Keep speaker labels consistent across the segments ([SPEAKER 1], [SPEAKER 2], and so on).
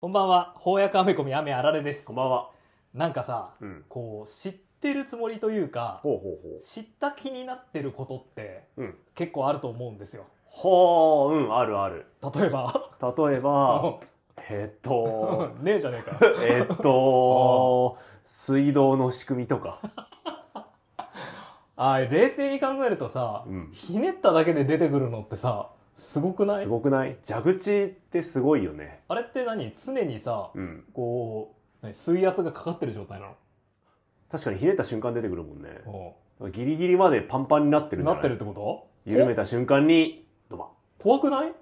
[SPEAKER 1] こんばんは、翻訳アメコミ雨あられです
[SPEAKER 2] こん。ばんは。
[SPEAKER 1] なんかさ、
[SPEAKER 2] うん。
[SPEAKER 1] こう、知ってるつもりというか、
[SPEAKER 2] ほうほうほ
[SPEAKER 1] 知った気になってることって
[SPEAKER 2] う。うん。
[SPEAKER 1] 結構あると思うんですよ。
[SPEAKER 2] ほう、うん、あるある。
[SPEAKER 1] 例えば、
[SPEAKER 2] 例えば、
[SPEAKER 1] う
[SPEAKER 2] えっ と、
[SPEAKER 1] ん ねえじゃねえか。
[SPEAKER 2] えっと、水道の仕組みとか。
[SPEAKER 1] あ冷静に考えるとさ、
[SPEAKER 2] うん
[SPEAKER 1] ひねっただけで出てくるのってさ、すごくない
[SPEAKER 2] すごくない蛇口ってすごいよね。
[SPEAKER 1] あれって何常にさ、
[SPEAKER 2] うん。
[SPEAKER 1] こう、何水圧がかかってる状態な
[SPEAKER 2] 確かにひねった瞬間出てくるもんね。
[SPEAKER 1] の、
[SPEAKER 2] ギリギリまでパンパンになってるんじゃ
[SPEAKER 1] ないってるってこと
[SPEAKER 2] 緩めた瞬間に、ドバ
[SPEAKER 1] 怖くない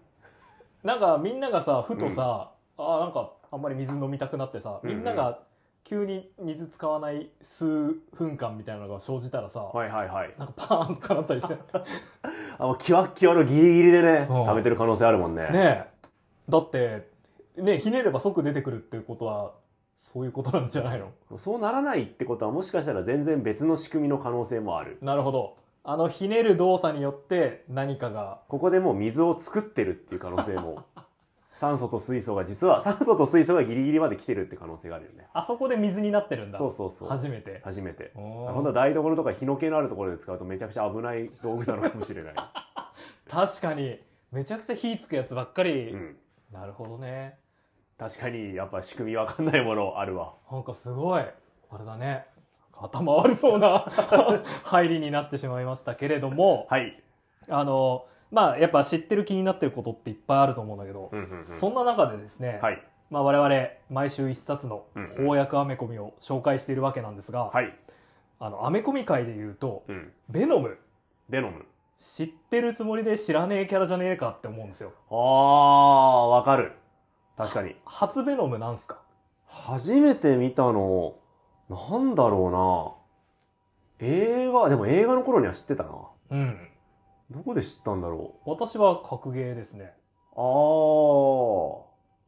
[SPEAKER 1] なんかみんながさふとさ、あーなんかあんまり水飲みたくなってさ
[SPEAKER 2] うんう
[SPEAKER 1] み
[SPEAKER 2] ん
[SPEAKER 1] んなが急に水使わない数分間みたいなのが生じたらさ、
[SPEAKER 2] ン。はいはいはい。
[SPEAKER 1] なんかパーンとかなった りしてね
[SPEAKER 2] あ、もうキワッキワのギリギリでね、
[SPEAKER 1] うん
[SPEAKER 2] 溜めてる可能性あるもんね。
[SPEAKER 1] えだってねひねれば即出てくるっていうことはそういうことなんじゃないの
[SPEAKER 2] そうならないってことはもしかしたら全然別の仕組みの可能性もある。
[SPEAKER 1] なるほどあのひねる動作によって何かが
[SPEAKER 2] ここでもう水を作ってるっていう可能性 も。酸素と水素が実は、酸素と水素がギリギリまで来てるって可能性があるよね。
[SPEAKER 1] あそこで水になってるんだ
[SPEAKER 2] そうそうそう。
[SPEAKER 1] 初めて
[SPEAKER 2] 初めて。
[SPEAKER 1] ほ
[SPEAKER 2] 本当は台所とか日の気のあるところで使うとめちゃくちゃ危ない道具なのかもし れない。
[SPEAKER 1] 確かにめちゃくちゃ火つくやつばっかり、
[SPEAKER 2] うん。
[SPEAKER 1] なるほどね
[SPEAKER 2] 確かに、やっぱ仕組みわかんないものあるわ。
[SPEAKER 1] なんかすごい、あれだね。頭悪そうな 入りになってしまいましたけれども、
[SPEAKER 2] はい。
[SPEAKER 1] あの、まあ、やっぱ知ってる気になってることっていっぱいあると思うんだけど、
[SPEAKER 2] うんうんうん
[SPEAKER 1] そんな中でですね、
[SPEAKER 2] はい。
[SPEAKER 1] まあ我々、毎週一冊の
[SPEAKER 2] うんうん
[SPEAKER 1] 翻訳アメコミを紹介しているわけなんですが、
[SPEAKER 2] はい。
[SPEAKER 1] あの、アメコミ界で言うと、
[SPEAKER 2] うん。
[SPEAKER 1] ベノム、
[SPEAKER 2] デノム。
[SPEAKER 1] 知ってるつもりで知らねえキャラじゃねえかって思うんですよ。
[SPEAKER 2] あー、わかる。確かに。
[SPEAKER 1] 初ベノムなんすか
[SPEAKER 2] 初めて見たの、なんだろうな。映画、でも映画の頃には知ってたな。
[SPEAKER 1] うん。
[SPEAKER 2] どこで知ったんだろ
[SPEAKER 1] 私は格ゲーですね。
[SPEAKER 2] う。あ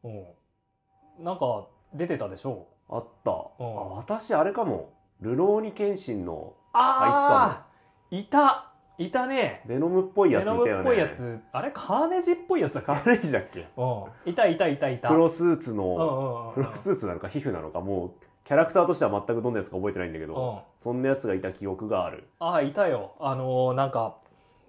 [SPEAKER 1] うん。なんか、出てたでしょう
[SPEAKER 2] ー、あった。あ、
[SPEAKER 1] うん
[SPEAKER 2] 私あれかも。ルローニケンシンの
[SPEAKER 1] ああいたいたね
[SPEAKER 2] デノムっぽいや
[SPEAKER 1] メ
[SPEAKER 2] ついた
[SPEAKER 1] ノ
[SPEAKER 2] よね。
[SPEAKER 1] ムっぽいや。つあれカーネジーっぽいやつだっけ
[SPEAKER 2] カレージだっけ
[SPEAKER 1] うんいたいたいたいた
[SPEAKER 2] 黒スーツ
[SPEAKER 1] うんう
[SPEAKER 2] の、
[SPEAKER 1] んうんうん
[SPEAKER 2] 黒スーツなのか皮膚なのか、もう、キャラクターとしては全くどんなやつか覚えてないんだけ
[SPEAKER 1] うん
[SPEAKER 2] ど、そんなやつがいた記憶がある。
[SPEAKER 1] ああいたよあのーなんか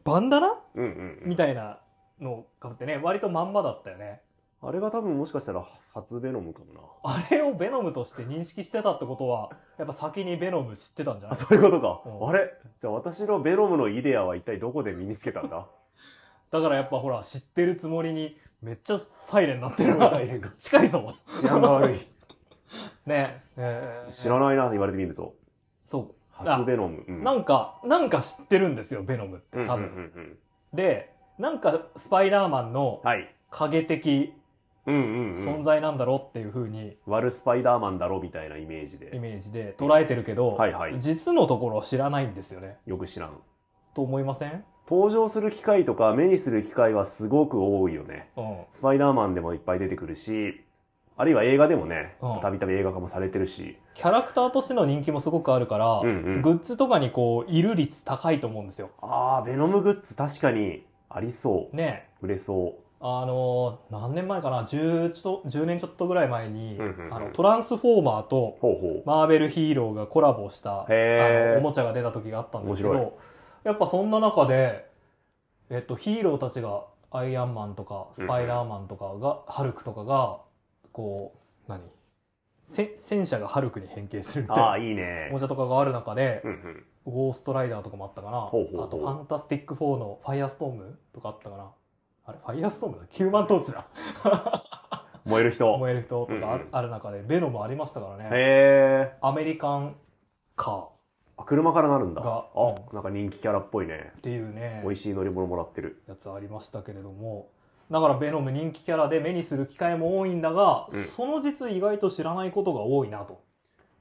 [SPEAKER 1] バンダナ
[SPEAKER 2] うんうん、うん
[SPEAKER 1] み。たいなのかぶってね割とまんまだったよね
[SPEAKER 2] あれが多分もしかしたら初ベノムかもな。
[SPEAKER 1] あれをベノムとして認識してたってことはやっぱ先にベノム知ってたんじゃな
[SPEAKER 2] あ、
[SPEAKER 1] い
[SPEAKER 2] そういうことか。
[SPEAKER 1] うん
[SPEAKER 2] あれじゃあ私のベノムのイデアは一体どこで身につけたんだ
[SPEAKER 1] だからやっぱほら知ってるつもりにめっちゃサイレンなってるわ
[SPEAKER 2] サイレンが
[SPEAKER 1] 近いぞ
[SPEAKER 2] 治安が 悪い。
[SPEAKER 1] ねえー
[SPEAKER 2] 知らないなって言われてみると。
[SPEAKER 1] そう
[SPEAKER 2] 初ベノム。うん
[SPEAKER 1] なんか、なんか知ってるんですよ、ベノムって、多分。
[SPEAKER 2] うんうんうんうん
[SPEAKER 1] で、なんかスパイダーマンの
[SPEAKER 2] はい。
[SPEAKER 1] 影的
[SPEAKER 2] うんうん、うん。
[SPEAKER 1] 存在なんだろうっていう風に
[SPEAKER 2] 悪スパイダーマンだろみたいなイメージ
[SPEAKER 1] イ
[SPEAKER 2] で。
[SPEAKER 1] メージで捉えてるけど、
[SPEAKER 2] はいはい
[SPEAKER 1] 実のところ知らないんですよね。
[SPEAKER 2] よく知らん。
[SPEAKER 1] と思いません
[SPEAKER 2] 登場する機会とか目にする機会はすごく多いよね。
[SPEAKER 1] うん。
[SPEAKER 2] スパイダーマンでもいっぱい出てくるし、あるいは映画でもね
[SPEAKER 1] うん、
[SPEAKER 2] たびたび映画化もされてるし。
[SPEAKER 1] キャラクターとしての人気もすごくあるから、
[SPEAKER 2] うんうん
[SPEAKER 1] グッズとかにこう、いる率高いと思うんですよ。
[SPEAKER 2] あー、ベノムグッズ確かにありそう。
[SPEAKER 1] ねえ
[SPEAKER 2] 売れそ
[SPEAKER 1] あのー何年前かな 10, ちょっと10年ちょっとぐらい前に、
[SPEAKER 2] うんうんうん
[SPEAKER 1] あのトランスフォーマーと
[SPEAKER 2] う。ほうほう。
[SPEAKER 1] マーベルヒーローがコラボしたあ
[SPEAKER 2] へー
[SPEAKER 1] のおもちゃが出た時があったんですけ
[SPEAKER 2] 面白
[SPEAKER 1] どやっぱそんな中で、えっと、ヒーローたちがアイアンマンとかスパイダーマンとかが、ハルクとかがこう何せ戦車がハルクに変形するみたい
[SPEAKER 2] あ
[SPEAKER 1] な
[SPEAKER 2] あ、いいね
[SPEAKER 1] おも。ちゃとかがある中で、
[SPEAKER 2] うんうん。
[SPEAKER 1] ゴーストライダーとかもあったかな
[SPEAKER 2] ほうほうほう
[SPEAKER 1] あと「ファンタスティック4」の「ファイアストーム」とかあったかなあれファイアストームだ9万トーチだ
[SPEAKER 2] 燃える人。
[SPEAKER 1] 燃える人とかあ
[SPEAKER 2] うんうん
[SPEAKER 1] ある中で、ベノムありましたからね
[SPEAKER 2] へえ。
[SPEAKER 1] アメリカンカー
[SPEAKER 2] あ、車からなるんだ。
[SPEAKER 1] が
[SPEAKER 2] あ、
[SPEAKER 1] う
[SPEAKER 2] なんか人気キャラっぽいね
[SPEAKER 1] っ。ていうね
[SPEAKER 2] 美味しい乗り物もらってる。
[SPEAKER 1] やつありましたけれどもだからベノム人気キャラで目にする機会も多いんだが、
[SPEAKER 2] うん
[SPEAKER 1] その実意外と知らないことが多いなと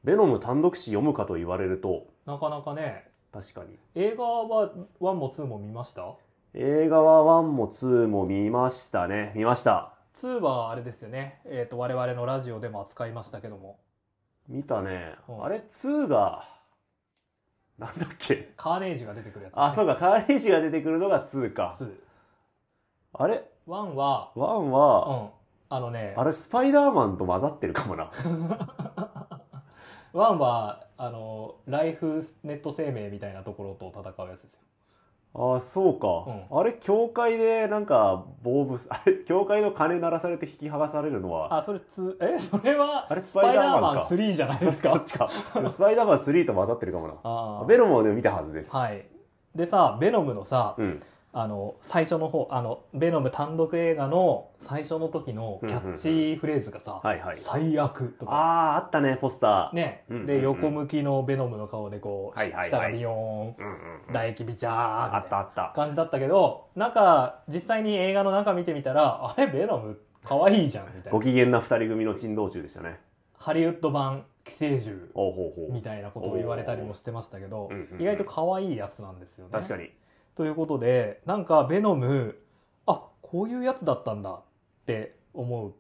[SPEAKER 2] ベノム単独誌読むかと言われると、
[SPEAKER 1] なかなかね
[SPEAKER 2] 確かに。
[SPEAKER 1] 映画は1も2も見ました
[SPEAKER 2] 映画は1も2も見ましたね。見ました。
[SPEAKER 1] 2はあれですよね、えー、と我々のラジオでも扱いましたけども
[SPEAKER 2] 見たね
[SPEAKER 1] う。ん
[SPEAKER 2] あれ、2が、なんだっけ。
[SPEAKER 1] カーネージが出てくるやつ、
[SPEAKER 2] あ、そううか、カーリージが出てくるのが2か。
[SPEAKER 1] 2
[SPEAKER 2] あれ
[SPEAKER 1] ワンは、
[SPEAKER 2] ワン
[SPEAKER 1] う
[SPEAKER 2] は、
[SPEAKER 1] ん。あのね、
[SPEAKER 2] あれスパイダーマンと混ざってるかもな。
[SPEAKER 1] ワンは、あの、ライフネット生命みたいなところと戦うやつですよ。
[SPEAKER 2] ああ、そうか。あれ、教会でなんか、防部、 あれ、教会の鐘鳴らされて引き剥がされるのは、
[SPEAKER 1] あ、それつ、え、それは、
[SPEAKER 2] あれス
[SPEAKER 1] ス
[SPEAKER 2] パ
[SPEAKER 1] パ
[SPEAKER 2] イ
[SPEAKER 1] イ
[SPEAKER 2] ダ
[SPEAKER 1] ダ
[SPEAKER 2] ー
[SPEAKER 1] ー
[SPEAKER 2] マン
[SPEAKER 1] マン
[SPEAKER 2] か。
[SPEAKER 1] 3じゃないです
[SPEAKER 2] そ
[SPEAKER 1] か
[SPEAKER 2] っ。ちか。スパイダーマン3と混ざってるかもな。
[SPEAKER 1] あー
[SPEAKER 2] ベノムはでも見たはずです。
[SPEAKER 1] はい。でさ、ベノムのさ、
[SPEAKER 2] うん。
[SPEAKER 1] あの、最初の方、あの、ベノム単独映画の最初の時のキャッチフレーズがさ、
[SPEAKER 2] はいはい。
[SPEAKER 1] 最悪と
[SPEAKER 2] あ
[SPEAKER 1] か、
[SPEAKER 2] あ、あったね、ポスター。
[SPEAKER 1] ね、
[SPEAKER 2] うんうんう
[SPEAKER 1] で、
[SPEAKER 2] ん
[SPEAKER 1] 横向きのベノムの顔でこう、
[SPEAKER 2] はいはいはい
[SPEAKER 1] 舌がビヨーン、
[SPEAKER 2] うんうんうん。
[SPEAKER 1] 唾液ビチャーみたい
[SPEAKER 2] あ
[SPEAKER 1] な
[SPEAKER 2] ったあった。
[SPEAKER 1] 感じだったけど、なんか、実際に映画の中見てみたら、あれ、ベノム、可愛いじゃん、みたい
[SPEAKER 2] ご
[SPEAKER 1] な。
[SPEAKER 2] 機嫌な二人組の珍道中でしたね。
[SPEAKER 1] ハリウッド版、寄生獣、
[SPEAKER 2] おうほうほ
[SPEAKER 1] み
[SPEAKER 2] う。
[SPEAKER 1] たいなことを言われたりもしてましたけど
[SPEAKER 2] うんうんう、ん
[SPEAKER 1] 意外と可愛いやつなんですよね。
[SPEAKER 2] 確かに。
[SPEAKER 1] ということで、なんか、ベノム、あ、こういうやつだったんだって思う。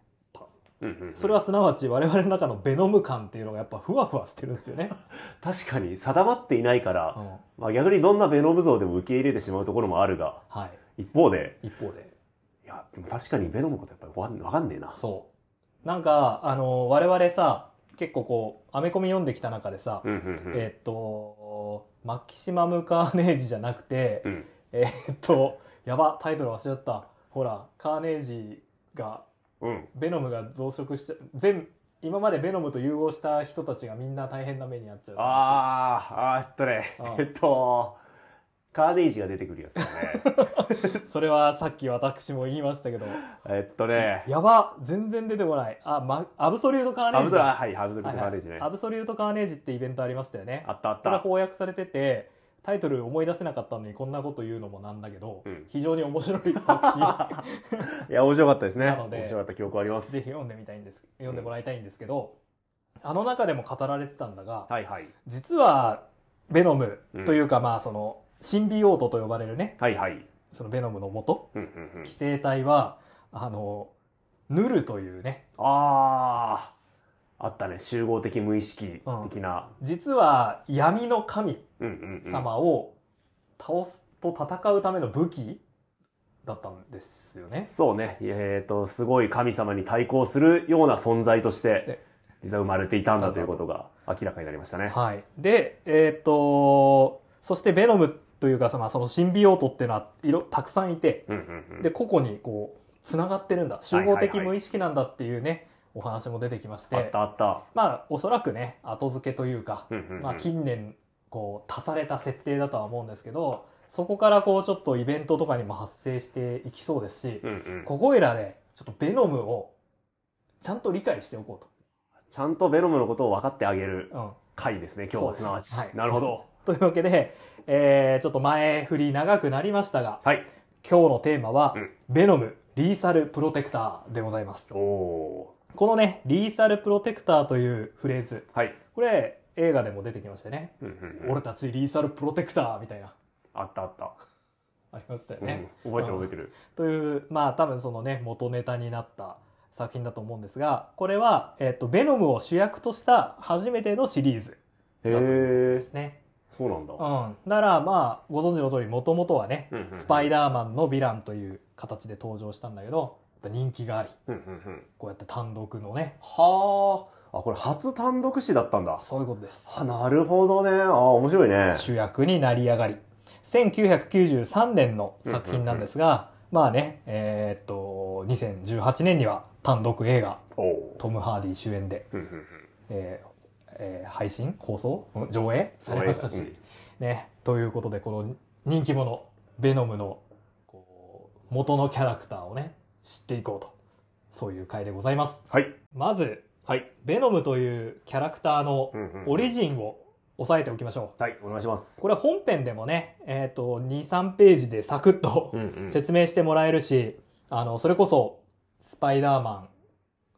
[SPEAKER 2] うんうんうん
[SPEAKER 1] それはすなわち我々の中のベノム感っていうのがやっぱふわふわしてるんですよね。
[SPEAKER 2] 確かに定まっていないから、
[SPEAKER 1] うん
[SPEAKER 2] まあ、逆にどんなベノム像でも受け入れてしまうところもあるが
[SPEAKER 1] はい。
[SPEAKER 2] 一方で
[SPEAKER 1] 一方で。
[SPEAKER 2] いやでも確かにベノムのことやっぱりわんわかんねえな
[SPEAKER 1] そう。なんか、あの、我々さ、結構こう、アメコミ読んできた中でさ、
[SPEAKER 2] うんうんうん
[SPEAKER 1] えっと、マキシマムカーネージじゃなくて、
[SPEAKER 2] うん
[SPEAKER 1] えっと、やば、タイトル忘れちゃった。ほら、カーネージが、
[SPEAKER 2] うん
[SPEAKER 1] ベノムが増殖しちゃ、全、今までベノムと融合した人たちがみんな大変な目に遭っちゃう。
[SPEAKER 2] あーあーえっとね
[SPEAKER 1] ああ
[SPEAKER 2] えっとカーネイジが出てくるやつだね
[SPEAKER 1] それはさっき私も言いましたけど、
[SPEAKER 2] えっとね
[SPEAKER 1] やば、全然出てこない。あ、ま、アブソリュートカーネ
[SPEAKER 2] ハ
[SPEAKER 1] ー
[SPEAKER 2] ブ
[SPEAKER 1] ジ
[SPEAKER 2] ド
[SPEAKER 1] だ。
[SPEAKER 2] ラはいハブドラ
[SPEAKER 1] はい
[SPEAKER 2] と
[SPEAKER 1] はい
[SPEAKER 2] カーネイジね
[SPEAKER 1] アブソリュートカーネージってイベントありましたよね。
[SPEAKER 2] あったあっ
[SPEAKER 1] これは
[SPEAKER 2] た
[SPEAKER 1] 翻訳されてて、タイトル思い出せなかったのにこんなこと言うのもなんだけど、
[SPEAKER 2] うん
[SPEAKER 1] 非常に面白い作品、
[SPEAKER 2] いや面白かったですね
[SPEAKER 1] なので
[SPEAKER 2] 面白かった記憶あります
[SPEAKER 1] ぜひ読んでみたいんです、読んでもらいたいんですけど、あの中でも語られてたんだが、
[SPEAKER 2] はいはい
[SPEAKER 1] 実は、ベノムというか、まあその、シンビオートと呼ばれるね、
[SPEAKER 2] はいはい
[SPEAKER 1] そのベノムの元、
[SPEAKER 2] うんうんうん
[SPEAKER 1] 寄生体は、あの、ヌルというね、
[SPEAKER 2] あああったね集合的無意識的な、
[SPEAKER 1] 実は闇の神
[SPEAKER 2] うん、うんうん
[SPEAKER 1] 様を倒すと戦うための武器だったんですよね。
[SPEAKER 2] そうね。えっ、と、すごい神様に対抗するような存在として
[SPEAKER 1] で、
[SPEAKER 2] 実は生まれていたんだということが明らかになりましたね。
[SPEAKER 1] はい。で、えっ、と、そしてベノムというかさ、まあ、そのシンビオートっていうのはいろ、たくさんいて、
[SPEAKER 2] うんうんうん。
[SPEAKER 1] で、個々にこう、つながってるんだ。集合
[SPEAKER 2] はいは
[SPEAKER 1] 的
[SPEAKER 2] いはい
[SPEAKER 1] 無意識なんだっていうね、お話も出てきまし、
[SPEAKER 2] あってたあった。
[SPEAKER 1] まあ、おそらくね、後付けというか、
[SPEAKER 2] うんうんうん
[SPEAKER 1] まあ、近年、こう、足された設定だとは思うんですけど、そこからこう、ちょっとイベントとかにも発生していきそうですし、
[SPEAKER 2] うんうん
[SPEAKER 1] ここいらで、ちょっとベノムを、ちゃんと理解しておこ
[SPEAKER 2] ちゃんとベノムのことを分かってあげる
[SPEAKER 1] うと。うん。
[SPEAKER 2] 回ですね、今日はすなわち。
[SPEAKER 1] そうですはい
[SPEAKER 2] なるほど。
[SPEAKER 1] というわけで、えー、ちょっと前振り長くなりましたが、
[SPEAKER 2] はい。
[SPEAKER 1] 今日のテーマは、
[SPEAKER 2] うん
[SPEAKER 1] ベノム、リーサルプロテクターでございます
[SPEAKER 2] お。お
[SPEAKER 1] このね、リーサルプロテクターというフレーズ、
[SPEAKER 2] ー。はい。
[SPEAKER 1] これ映画でも出てきましたよね。
[SPEAKER 2] うんうんうん
[SPEAKER 1] 俺たちリーサルプロテクターみたいな、
[SPEAKER 2] あったあった。
[SPEAKER 1] ありましたよ
[SPEAKER 2] うん
[SPEAKER 1] ね。
[SPEAKER 2] 覚えてる覚えてる。
[SPEAKER 1] という、まあ多分そのね、元ネタになった作品だと思うんですが、これは、えっ、と、ベノムを主役とした初めてのシリーズだと思うん
[SPEAKER 2] へ
[SPEAKER 1] で
[SPEAKER 2] え。
[SPEAKER 1] すね。
[SPEAKER 2] そうなんだ。
[SPEAKER 1] うん、ならまあご存知の通りもともとはね、
[SPEAKER 2] うんうんうん
[SPEAKER 1] スパイダーマンのヴィランという形で登場したんだけどやっぱ人気があり
[SPEAKER 2] うんうんうん。
[SPEAKER 1] こうやって単独のね
[SPEAKER 2] はあ。あ、これ初単独誌だったんだ。
[SPEAKER 1] そういうことです
[SPEAKER 2] あ、なるほどね。あ、面白いね。
[SPEAKER 1] 主役になり上がり1993年の作品なんですが、まあねえーっと2018年には単独映画
[SPEAKER 2] おおー。
[SPEAKER 1] トム・ハーディ主演で、
[SPEAKER 2] うんうんうん。
[SPEAKER 1] えーえー配信放送ん上映されましたし、
[SPEAKER 2] うん
[SPEAKER 1] ね、ということでこの人気者ベノムのこう元のキャラクターをね知っていこうとそういう回でございます
[SPEAKER 2] はい。
[SPEAKER 1] まず
[SPEAKER 2] はい。
[SPEAKER 1] ベノムというキャラクターのオリジンを押さえておきましょ
[SPEAKER 2] はい、お願いしま
[SPEAKER 1] う
[SPEAKER 2] す。
[SPEAKER 1] これは本編でもね、えっと23ページでサクッと
[SPEAKER 2] んう
[SPEAKER 1] 説明してもらえるしあのそれこそ「スパイダーマン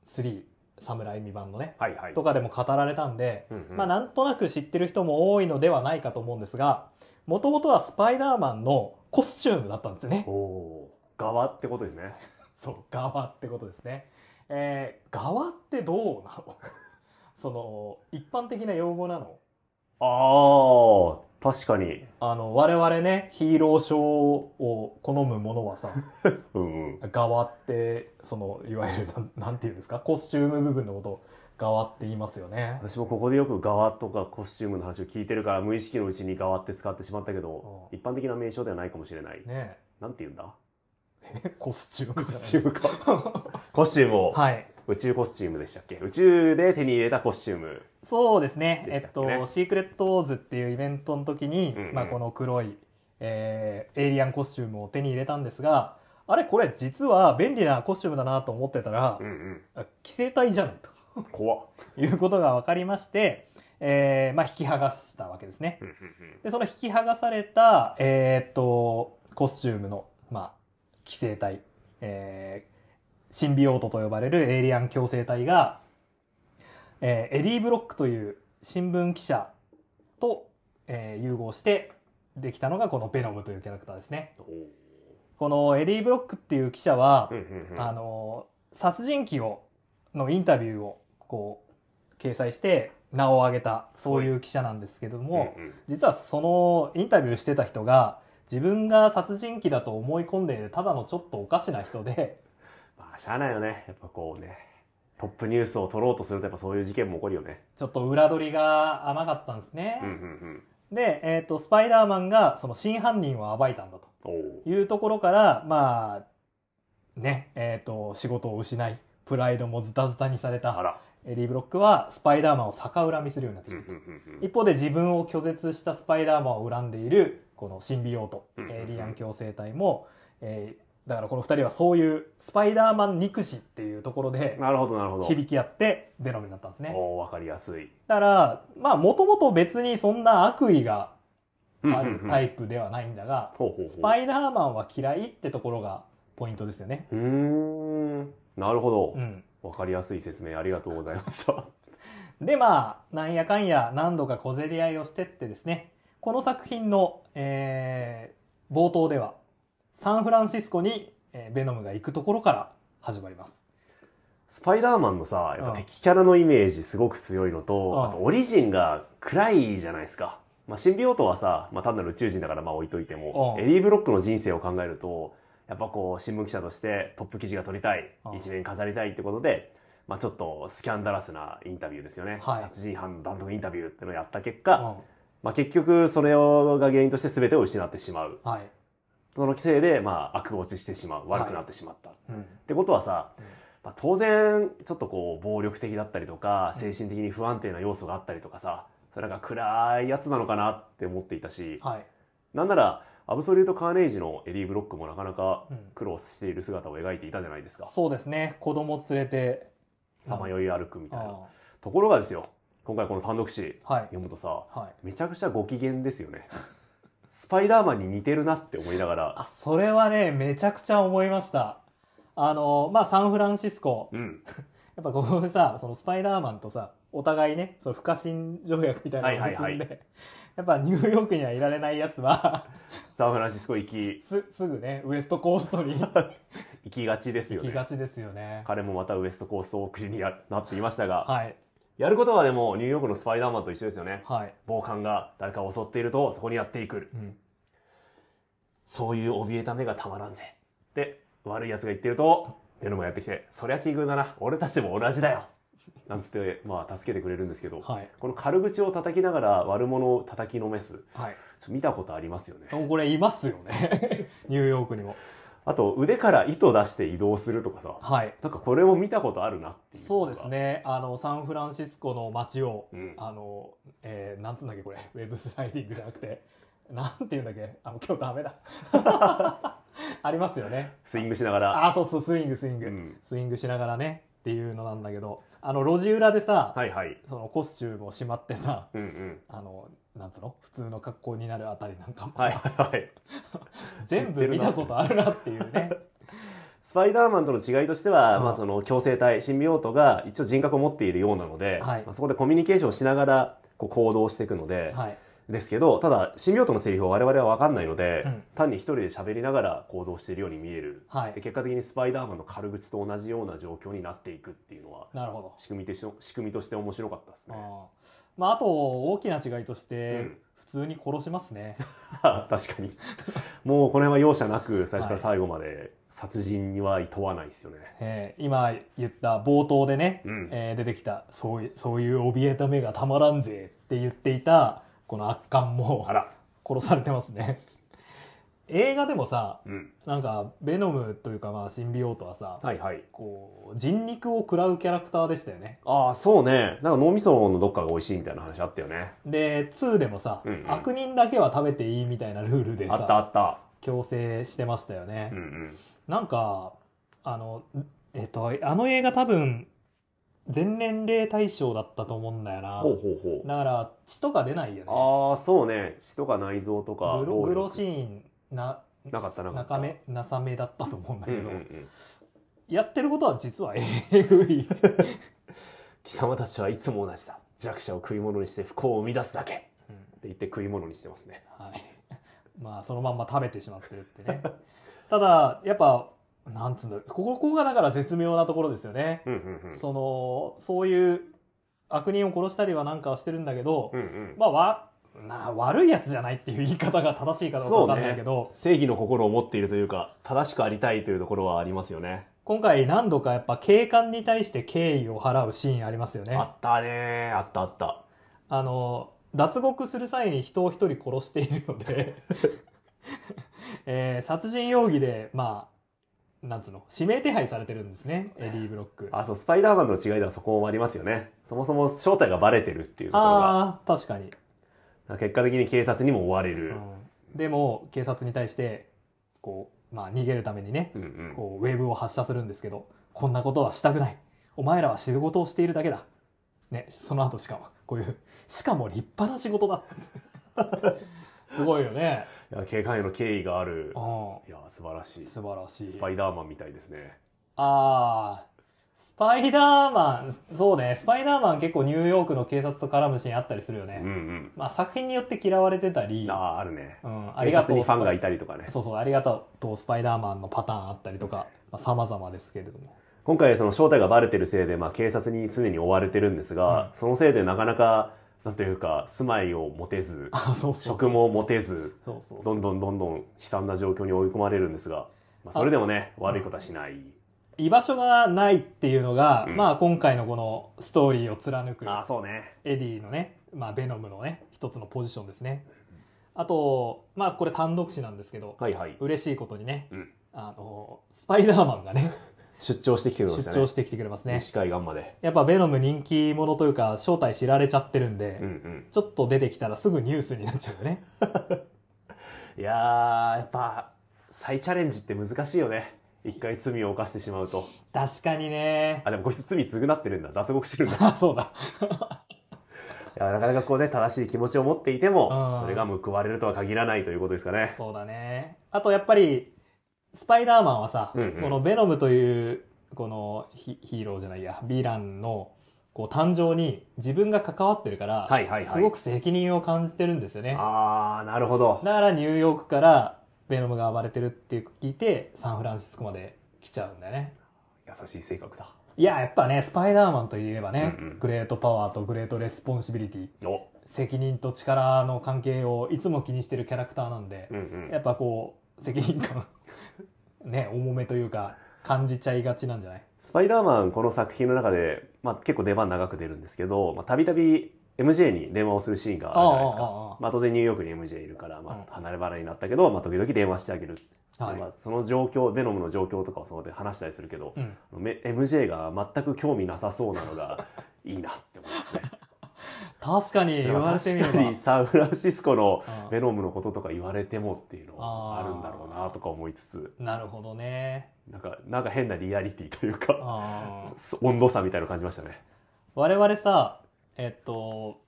[SPEAKER 1] 3侍未版」のね
[SPEAKER 2] はいはい。
[SPEAKER 1] とかでも語られたんで、
[SPEAKER 2] うんうん
[SPEAKER 1] まあ、なんとなく知ってる人も多いのではないかと思うんですが、もともとはスパイダーマンのコスチュームだったんですよね
[SPEAKER 2] お。おー。側ってことです ね。
[SPEAKER 1] そう、側ってことですね。 えー、側ってどうなのその、一般的な用語なの
[SPEAKER 2] あああ、確かに。
[SPEAKER 1] あの、我々ね、ヒーローショーを好むものはさ、
[SPEAKER 2] うんうん。
[SPEAKER 1] 側って、その、いわゆるなん、なんていうんですか、コスチューム部分のことを側って言いますよね。
[SPEAKER 2] 私もここでよく側とかコスチュームの話を聞いてるから無意識のうちに側って使ってしまったけど、
[SPEAKER 1] う
[SPEAKER 2] 一般的な名称ではないかもしれない。
[SPEAKER 1] ね
[SPEAKER 2] なんて言うん だ
[SPEAKER 1] えコスチューム
[SPEAKER 2] コス
[SPEAKER 1] じ
[SPEAKER 2] チ
[SPEAKER 1] ゃ
[SPEAKER 2] ュームか。コスチュームを、
[SPEAKER 1] ない。はい。
[SPEAKER 2] 宇宙コスチュームでしたっけ宇宙で手に入れたコスチューム。
[SPEAKER 1] そうですね。
[SPEAKER 2] で
[SPEAKER 1] え
[SPEAKER 2] したっ
[SPEAKER 1] っ
[SPEAKER 2] けね
[SPEAKER 1] と、シークレット・ウォーズっていうイベントの時に、
[SPEAKER 2] うんうん
[SPEAKER 1] まあ、この黒い、えーエイリアンコスチュームを手に入れたんですが、あれ、これ実は便利なコスチュームだなと思ってたら
[SPEAKER 2] う、ん
[SPEAKER 1] あ寄生体じゃんと
[SPEAKER 2] うん。怖っ。
[SPEAKER 1] いうことが分かりまして、えーまあ、引き剥がしたわけですね。
[SPEAKER 2] うんうんうん
[SPEAKER 1] で、その引き剥がされた、えーっと、コスチュームの、まあ、寄生体、えーシンビオートと呼ばれるエイリアン共生体が、えーエディ・ブロックという新聞記者と、えー融合してできたのがこのベノムというキャラクターですね。
[SPEAKER 2] おー
[SPEAKER 1] このエディ・ブロックっていう記者は
[SPEAKER 2] う、んうんうん
[SPEAKER 1] あのー殺人鬼をのインタビューをこう掲載して名を挙げたそういう記者なんですけども、
[SPEAKER 2] うんうん
[SPEAKER 1] 実はそのインタビューしてた人が自分が殺人鬼だと思い込んでいるただのちょっとおかしな人で
[SPEAKER 2] まあ、しゃあないよね。やっぱこうね、トップニュースを取ろうとするとやっぱそういう事件も起こるよね。
[SPEAKER 1] ちょっと裏取りが甘かったんですね
[SPEAKER 2] うん、うん
[SPEAKER 1] で、えー、とスパイダーマンがその真犯人を暴いたんだと
[SPEAKER 2] うん。おお。
[SPEAKER 1] いうところからまあねえー、と仕事を失いプライドもズタズタにされ
[SPEAKER 2] あ
[SPEAKER 1] た
[SPEAKER 2] ら。
[SPEAKER 1] エリー・ブロックはスパイダーマンを逆恨みするようになってしまった
[SPEAKER 2] ん
[SPEAKER 1] 一方で自分を拒絶したスパイダーマンを恨んでいるこのシンビオート、
[SPEAKER 2] うんうんうん
[SPEAKER 1] エイリアン共生体も、えーだからこの二人はそういうスパイダーマン憎しっていうところで
[SPEAKER 2] なるほど、なるほど。
[SPEAKER 1] 響き合ってベノムになったんですね。
[SPEAKER 2] おお、わかりやすい。
[SPEAKER 1] だからまあもともと別にそんな悪意があるタ
[SPEAKER 2] イ
[SPEAKER 1] イプではないんだが、
[SPEAKER 2] プ。ほうほうほう。
[SPEAKER 1] スパイダーマンは嫌いってところがポイントですよね。
[SPEAKER 2] うーん。なるほ
[SPEAKER 1] う
[SPEAKER 2] ど。
[SPEAKER 1] ん、
[SPEAKER 2] わかりやすい説明ありがとうございました。
[SPEAKER 1] でまあなんやかんや何度か小競り合いをしてってですねこの作品の、えー冒頭ではサンフランシスコに、えーベノムが行くところから始まります
[SPEAKER 2] スパイダーマンのさ、やっ
[SPEAKER 1] うん
[SPEAKER 2] ぱ敵キャラのイメージすごく強いのと、
[SPEAKER 1] うん
[SPEAKER 2] あとオリジンが暗いじゃないですか。まあ、シンビオートはさ、まあ、単なる宇宙人だからまあ置いといても、
[SPEAKER 1] うん
[SPEAKER 2] エディ・ブロックの人生を考えると、やっぱこう、新聞記者としてトップ記事が取りたい
[SPEAKER 1] うん、
[SPEAKER 2] 一面飾りたいってことで、まあ、ちょっとスキャンダラスなインタビューですよね。
[SPEAKER 1] はい
[SPEAKER 2] 殺人犯の単独インタビューってのをやった結
[SPEAKER 1] う
[SPEAKER 2] 果、
[SPEAKER 1] ん
[SPEAKER 2] まあ、結局それをが原因として全てを失ってしまう。
[SPEAKER 1] はい、
[SPEAKER 2] そのせいで、まあ、悪落ちしてしまう。
[SPEAKER 1] はい
[SPEAKER 2] 悪くなってしまった。
[SPEAKER 1] うん
[SPEAKER 2] ってことはさ、
[SPEAKER 1] うん
[SPEAKER 2] まあ、当然ちょっとこう暴力的だったりとか精神的に不安定な要素があったりとかさそれなんか暗いやつなのかなって思っていたし
[SPEAKER 1] はい
[SPEAKER 2] なんならアブソリュート・カーネイジのエディ・ブロックもなかなか
[SPEAKER 1] うん
[SPEAKER 2] 苦労している姿を描いていたじゃないですか
[SPEAKER 1] そうですね子供連れて
[SPEAKER 2] さまよい歩くみたい
[SPEAKER 1] うん
[SPEAKER 2] なところがですよ今回この単独誌
[SPEAKER 1] はい
[SPEAKER 2] 読むとさ
[SPEAKER 1] はい
[SPEAKER 2] めちゃくちゃご機嫌ですよ ねスパイダーマンに似てるなって思いながら
[SPEAKER 1] あそれはねめちゃくちゃ思いましたあのまあサンフランシスコ
[SPEAKER 2] うん
[SPEAKER 1] やっぱここでさ、そのスパイダーマンとさ、お互いね、その不可侵条約みたいなのを結んで、
[SPEAKER 2] はいはいは
[SPEAKER 1] やっぱニューヨークにはいられないやつは、
[SPEAKER 2] サンフランシスコ行き
[SPEAKER 1] す、すぐね、ウエストコーストに
[SPEAKER 2] 行きがちですよ
[SPEAKER 1] 行き
[SPEAKER 2] ね
[SPEAKER 1] がちですよね。
[SPEAKER 2] 彼もまたウエストコーストを送りにやなっていましたが、
[SPEAKER 1] はい、
[SPEAKER 2] やることはでもニューヨークのスパイダーマンと一緒ですよね。
[SPEAKER 1] はい。
[SPEAKER 2] 暴漢が誰かを襲っているとそこにやっていく。
[SPEAKER 1] うん。
[SPEAKER 2] そういう怯えた目がたまらんぜ。で、悪い奴が言ってると、ベノムがやってきて、そりゃ奇遇だな。俺たちも同じだよ。なんつって、まあ助けてくれるんですけど、
[SPEAKER 1] はい。
[SPEAKER 2] この軽口を叩きながら悪者を叩きのめす。ちょ
[SPEAKER 1] はい。
[SPEAKER 2] っと見たことありますよね。
[SPEAKER 1] これいますよね。 ニューヨークにも。
[SPEAKER 2] あと、腕から糸出して移動するとかさ、
[SPEAKER 1] はい。
[SPEAKER 2] なんかこれも見たことあるなっていう。
[SPEAKER 1] そうです。ね。あの、サンフランシスコの街を、
[SPEAKER 2] うん
[SPEAKER 1] あの、えー、なんつうんだっけ、これ。ウェブスライディングじゃなくて、なんていうんだっけ。あ、もう今日ダメだ。 ありますよね。
[SPEAKER 2] スイングしながら。
[SPEAKER 1] あ、そうそう、スイング、スイング。
[SPEAKER 2] うん
[SPEAKER 1] スイングしながらね、っていうのなんだけど、あの、路地裏でさ、
[SPEAKER 2] はいはい。
[SPEAKER 1] そのコスチュームをしまってさ、
[SPEAKER 2] うんうん。
[SPEAKER 1] あの、なんつうの普通の格好になるあたりなんかもさ、
[SPEAKER 2] はいはいはい。
[SPEAKER 1] 全部見たことあるなっていうね。
[SPEAKER 2] スパイダーマンとの違いとしては、
[SPEAKER 1] うん
[SPEAKER 2] まあその共生体、シンビオートが一応人格を持っているようなので、
[SPEAKER 1] はい
[SPEAKER 2] まあ、そこでコミュニケーションをしながらこう行動していくので、
[SPEAKER 1] はい。
[SPEAKER 2] ですけど、ただ、シンビオートのセリフを我々は分かんないので、
[SPEAKER 1] うん
[SPEAKER 2] 単に一人で喋りながら行動しているように見える。
[SPEAKER 1] は
[SPEAKER 2] で
[SPEAKER 1] い。
[SPEAKER 2] 結果的にスパイダーマンの軽口と同じような状況になっていくっていうのは、
[SPEAKER 1] なるほど。
[SPEAKER 2] 仕組みとして仕組みとして面白かったです
[SPEAKER 1] あ
[SPEAKER 2] ね。
[SPEAKER 1] ーまあ、あと、大きな違いとし
[SPEAKER 2] う
[SPEAKER 1] て
[SPEAKER 2] ん、
[SPEAKER 1] 普通に殺しますね。
[SPEAKER 2] 確か に。もうこの辺は容赦なく、最初
[SPEAKER 1] は
[SPEAKER 2] から
[SPEAKER 1] い
[SPEAKER 2] 最後まで殺人には厭わないですよね。
[SPEAKER 1] えー今言った冒頭でね、
[SPEAKER 2] うん
[SPEAKER 1] えー出てきたそういそういう怯えた目がたまらんぜって言っていたこの圧巻も
[SPEAKER 2] あら。
[SPEAKER 1] 殺されてますね 映画でもさ
[SPEAKER 2] うん。
[SPEAKER 1] なんかベノムというかまあシンビオートはさ、
[SPEAKER 2] はいはい。
[SPEAKER 1] こう人肉を食らうキャラクターでしたよね
[SPEAKER 2] ああ、そうね。なんか脳みそのどっかが美味しいみたいな話あったよね。
[SPEAKER 1] で2でもさ、
[SPEAKER 2] うんうん
[SPEAKER 1] 悪人だけは食べていいみたいなルールで
[SPEAKER 2] あったあ
[SPEAKER 1] さ
[SPEAKER 2] った。
[SPEAKER 1] 強制してましたよね、
[SPEAKER 2] うんうん。
[SPEAKER 1] なんか、あの、えっと、あの映画多分、全年齢対象だったと思うんだよな
[SPEAKER 2] ほ。うほうほう。
[SPEAKER 1] だから、血とか出ないよね。
[SPEAKER 2] ああ、そうね。血とか内臓とか。
[SPEAKER 1] グロ、グロ
[SPEAKER 2] 暴力
[SPEAKER 1] シーン、な、
[SPEAKER 2] なかったなかった
[SPEAKER 1] かめ、なさめだったと思うんだ
[SPEAKER 2] うん
[SPEAKER 1] け
[SPEAKER 2] う
[SPEAKER 1] ど、
[SPEAKER 2] んうん。
[SPEAKER 1] やってることは実はえぐい。
[SPEAKER 2] 貴様たちはいつも同じだ。弱者を食い物にして不幸を生み出すだけ。って言って食い物にしてますね。
[SPEAKER 1] はい。 まあ、そのまんま食べてしまってるってね。 ただ、やっぱ、なんつうんだろうここここがだから絶妙なところですよね。
[SPEAKER 2] うんうんうん。
[SPEAKER 1] その、そういう悪人を殺したりはなんかはしてるんだけど、
[SPEAKER 2] うんうん。
[SPEAKER 1] まあ、わ、なあ悪いやつじゃないっていう言い方が正しいかどうかわかんないけど、
[SPEAKER 2] 正義の心を持っているというか、正しくありたいというところはありますよね。
[SPEAKER 1] 今回何度かやっぱ警官に対して敬意を払うシーンありますよね。
[SPEAKER 2] あ
[SPEAKER 1] あ
[SPEAKER 2] ったねあったあった。
[SPEAKER 1] の、脱獄する際に人を一人殺しているので、えー殺人容疑で、まあ、なんつうの、指名手配されてるんですね、エディ・ブロック。あ
[SPEAKER 2] あ、そう、スパイダーマンの違いではそこもありますよね。そもそも正体がバレてるっていうところが、
[SPEAKER 1] あー、確かに。
[SPEAKER 2] 結果的に警察にも追われる。
[SPEAKER 1] うんでも、警察に対して、こう、まあ、逃げるためにね、
[SPEAKER 2] うんうん。
[SPEAKER 1] こうウェーブを発射するんですけどこんなことはしたくないお前らは仕事をしているだけだねその後しかもこういうしかも立派な仕事 だすごいよね
[SPEAKER 2] いや警官への敬意がある
[SPEAKER 1] う。ん
[SPEAKER 2] いや、素晴らしい。ス
[SPEAKER 1] 素晴らしい
[SPEAKER 2] パイダーマンみたいですね。
[SPEAKER 1] あースパイダーマンそうねスパイダーマン結構ニューヨークの警察と絡むシーンあったりするよね、
[SPEAKER 2] うん
[SPEAKER 1] まあ作品によって嫌われてたり
[SPEAKER 2] うん。ああ、あるね。
[SPEAKER 1] うん、あ
[SPEAKER 2] 警
[SPEAKER 1] りがと
[SPEAKER 2] 察
[SPEAKER 1] う
[SPEAKER 2] にファンがい
[SPEAKER 1] ス
[SPEAKER 2] たりとかね
[SPEAKER 1] パイ。そうそうありがとうスパイダーマンのパターンあったりとか、まあ、様々ですけれども
[SPEAKER 2] 今回その正体がバレてるせいで、まあ警察に常に追われてるんですが、そのせいでなかなか、なんというか、住まいを持てず、
[SPEAKER 1] あそうそう
[SPEAKER 2] 職も持てず、
[SPEAKER 1] そうそうそう
[SPEAKER 2] どんどんどんどん悲惨な状況に追い込まれるんですが、まあ、それでもね、悪いことはしない。
[SPEAKER 1] 居場所がないっていうのが、
[SPEAKER 2] うん
[SPEAKER 1] まあ今回のこのストーリーを貫く
[SPEAKER 2] ああ、そうね。
[SPEAKER 1] エディのね、まあベノムのね、一つのポジションですね。あと、まあこれ単独誌なんですけど、
[SPEAKER 2] はいはい。
[SPEAKER 1] 嬉しいことにね、
[SPEAKER 2] うん
[SPEAKER 1] あの、スパイダーマンがね、
[SPEAKER 2] 出張してきてくれま
[SPEAKER 1] 出
[SPEAKER 2] したね。
[SPEAKER 1] 張してきてくれますね。
[SPEAKER 2] 西海岸まで。
[SPEAKER 1] やっぱベノム人気者というか、正体知られちゃってるんで、
[SPEAKER 2] うんうん。
[SPEAKER 1] ちょっと出てきたらすぐニュースになっちゃうよね。
[SPEAKER 2] いやー、やっぱ、再チャレンジって難しいよね。一回罪を犯してしまうと。
[SPEAKER 1] 確かにね。
[SPEAKER 2] あ、でもこいつ罪償ってるんだ。脱獄 してるんだ。
[SPEAKER 1] あ、 そうだ。
[SPEAKER 2] いやなかなかこうね、正しい気持ちを持っていても
[SPEAKER 1] う、ん
[SPEAKER 2] それが報われるとは限らないということですかね。
[SPEAKER 1] そうだね。あとやっぱり、スパイダーマンはさ、
[SPEAKER 2] うんうん
[SPEAKER 1] このベノムという、このヒヒーローじゃないや、ヴィランの、こう誕生に自分が関わってるから、
[SPEAKER 2] はいはいはい
[SPEAKER 1] すごく責任を感じてるんですよね。だか
[SPEAKER 2] あー、なるほど。
[SPEAKER 1] らニューヨークからベノムが暴れてるって聞いて、サンフランシスコまで来ちゃうんだよね。
[SPEAKER 2] 優しい性格だ。
[SPEAKER 1] いや、やっぱね、スパイダーマンといえばね、
[SPEAKER 2] うんうん
[SPEAKER 1] グレートパワーとグレートレスポンシビリティ、
[SPEAKER 2] お。
[SPEAKER 1] 責任と力の関係をいつも気にしてるキャラクターなんで、
[SPEAKER 2] うんうん。
[SPEAKER 1] やっぱこう、責任感、 ね、重めというか、感じちゃいがちなんじゃない
[SPEAKER 2] スパイダーマン、この作品の中で、まあ、結構出番長く出るんですけど、まあ、たびたび MJ に電話をするシーンがあるじゃないです
[SPEAKER 1] ああああああ。
[SPEAKER 2] かまあ、当然ニューヨークに MJ いるから、
[SPEAKER 1] うん
[SPEAKER 2] まあ、離れ離れになったけど、まあ、時々電話してあげる。
[SPEAKER 1] はい
[SPEAKER 2] でまあ、その状況、ベノムの状況とかをそので話したりするけど、
[SPEAKER 1] うん。
[SPEAKER 2] め MJ が全く興味なさそうなのがいいなって思いますね。
[SPEAKER 1] 確かに言われてみれ
[SPEAKER 2] 確かに
[SPEAKER 1] ば。
[SPEAKER 2] サンフランシスコの
[SPEAKER 1] うん
[SPEAKER 2] ベノムのこととか言われてもっていうのはあるんだろうなとか思いつつ、
[SPEAKER 1] なるほどね。
[SPEAKER 2] なんか、なんか変なリアリティというか、
[SPEAKER 1] あー
[SPEAKER 2] そ温度差みたいなの感じましたね。
[SPEAKER 1] 我々さ、えっと、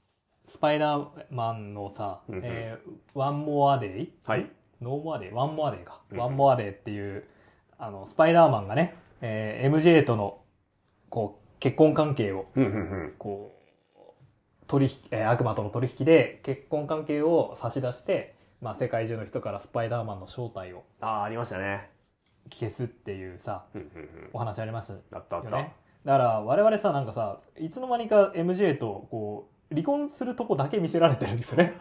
[SPEAKER 1] スパイダーマンのさ、
[SPEAKER 2] うんうん
[SPEAKER 1] えー、ワンモアデイ
[SPEAKER 2] はい。
[SPEAKER 1] ノーモアデイワンモアデイか。
[SPEAKER 2] うんうん
[SPEAKER 1] ワンモアデイっていう、あの、スパイダーマンがね、えー、MJ との、こう、結婚関係を、
[SPEAKER 2] うんうんうん。
[SPEAKER 1] こう、取引、えー悪魔との取引で結婚関係を差し出して、まあ、世界中の人からスパイダーマンの正体を
[SPEAKER 2] ああ、ありましたね。
[SPEAKER 1] 消すっていうさ、
[SPEAKER 2] うんうんうん。
[SPEAKER 1] お話ありましたよ
[SPEAKER 2] あったあった。
[SPEAKER 1] ね。だから我々さ、なんかさ、いつの間にか MJ とこう、離婚するとこだけ見せられてるんです よね。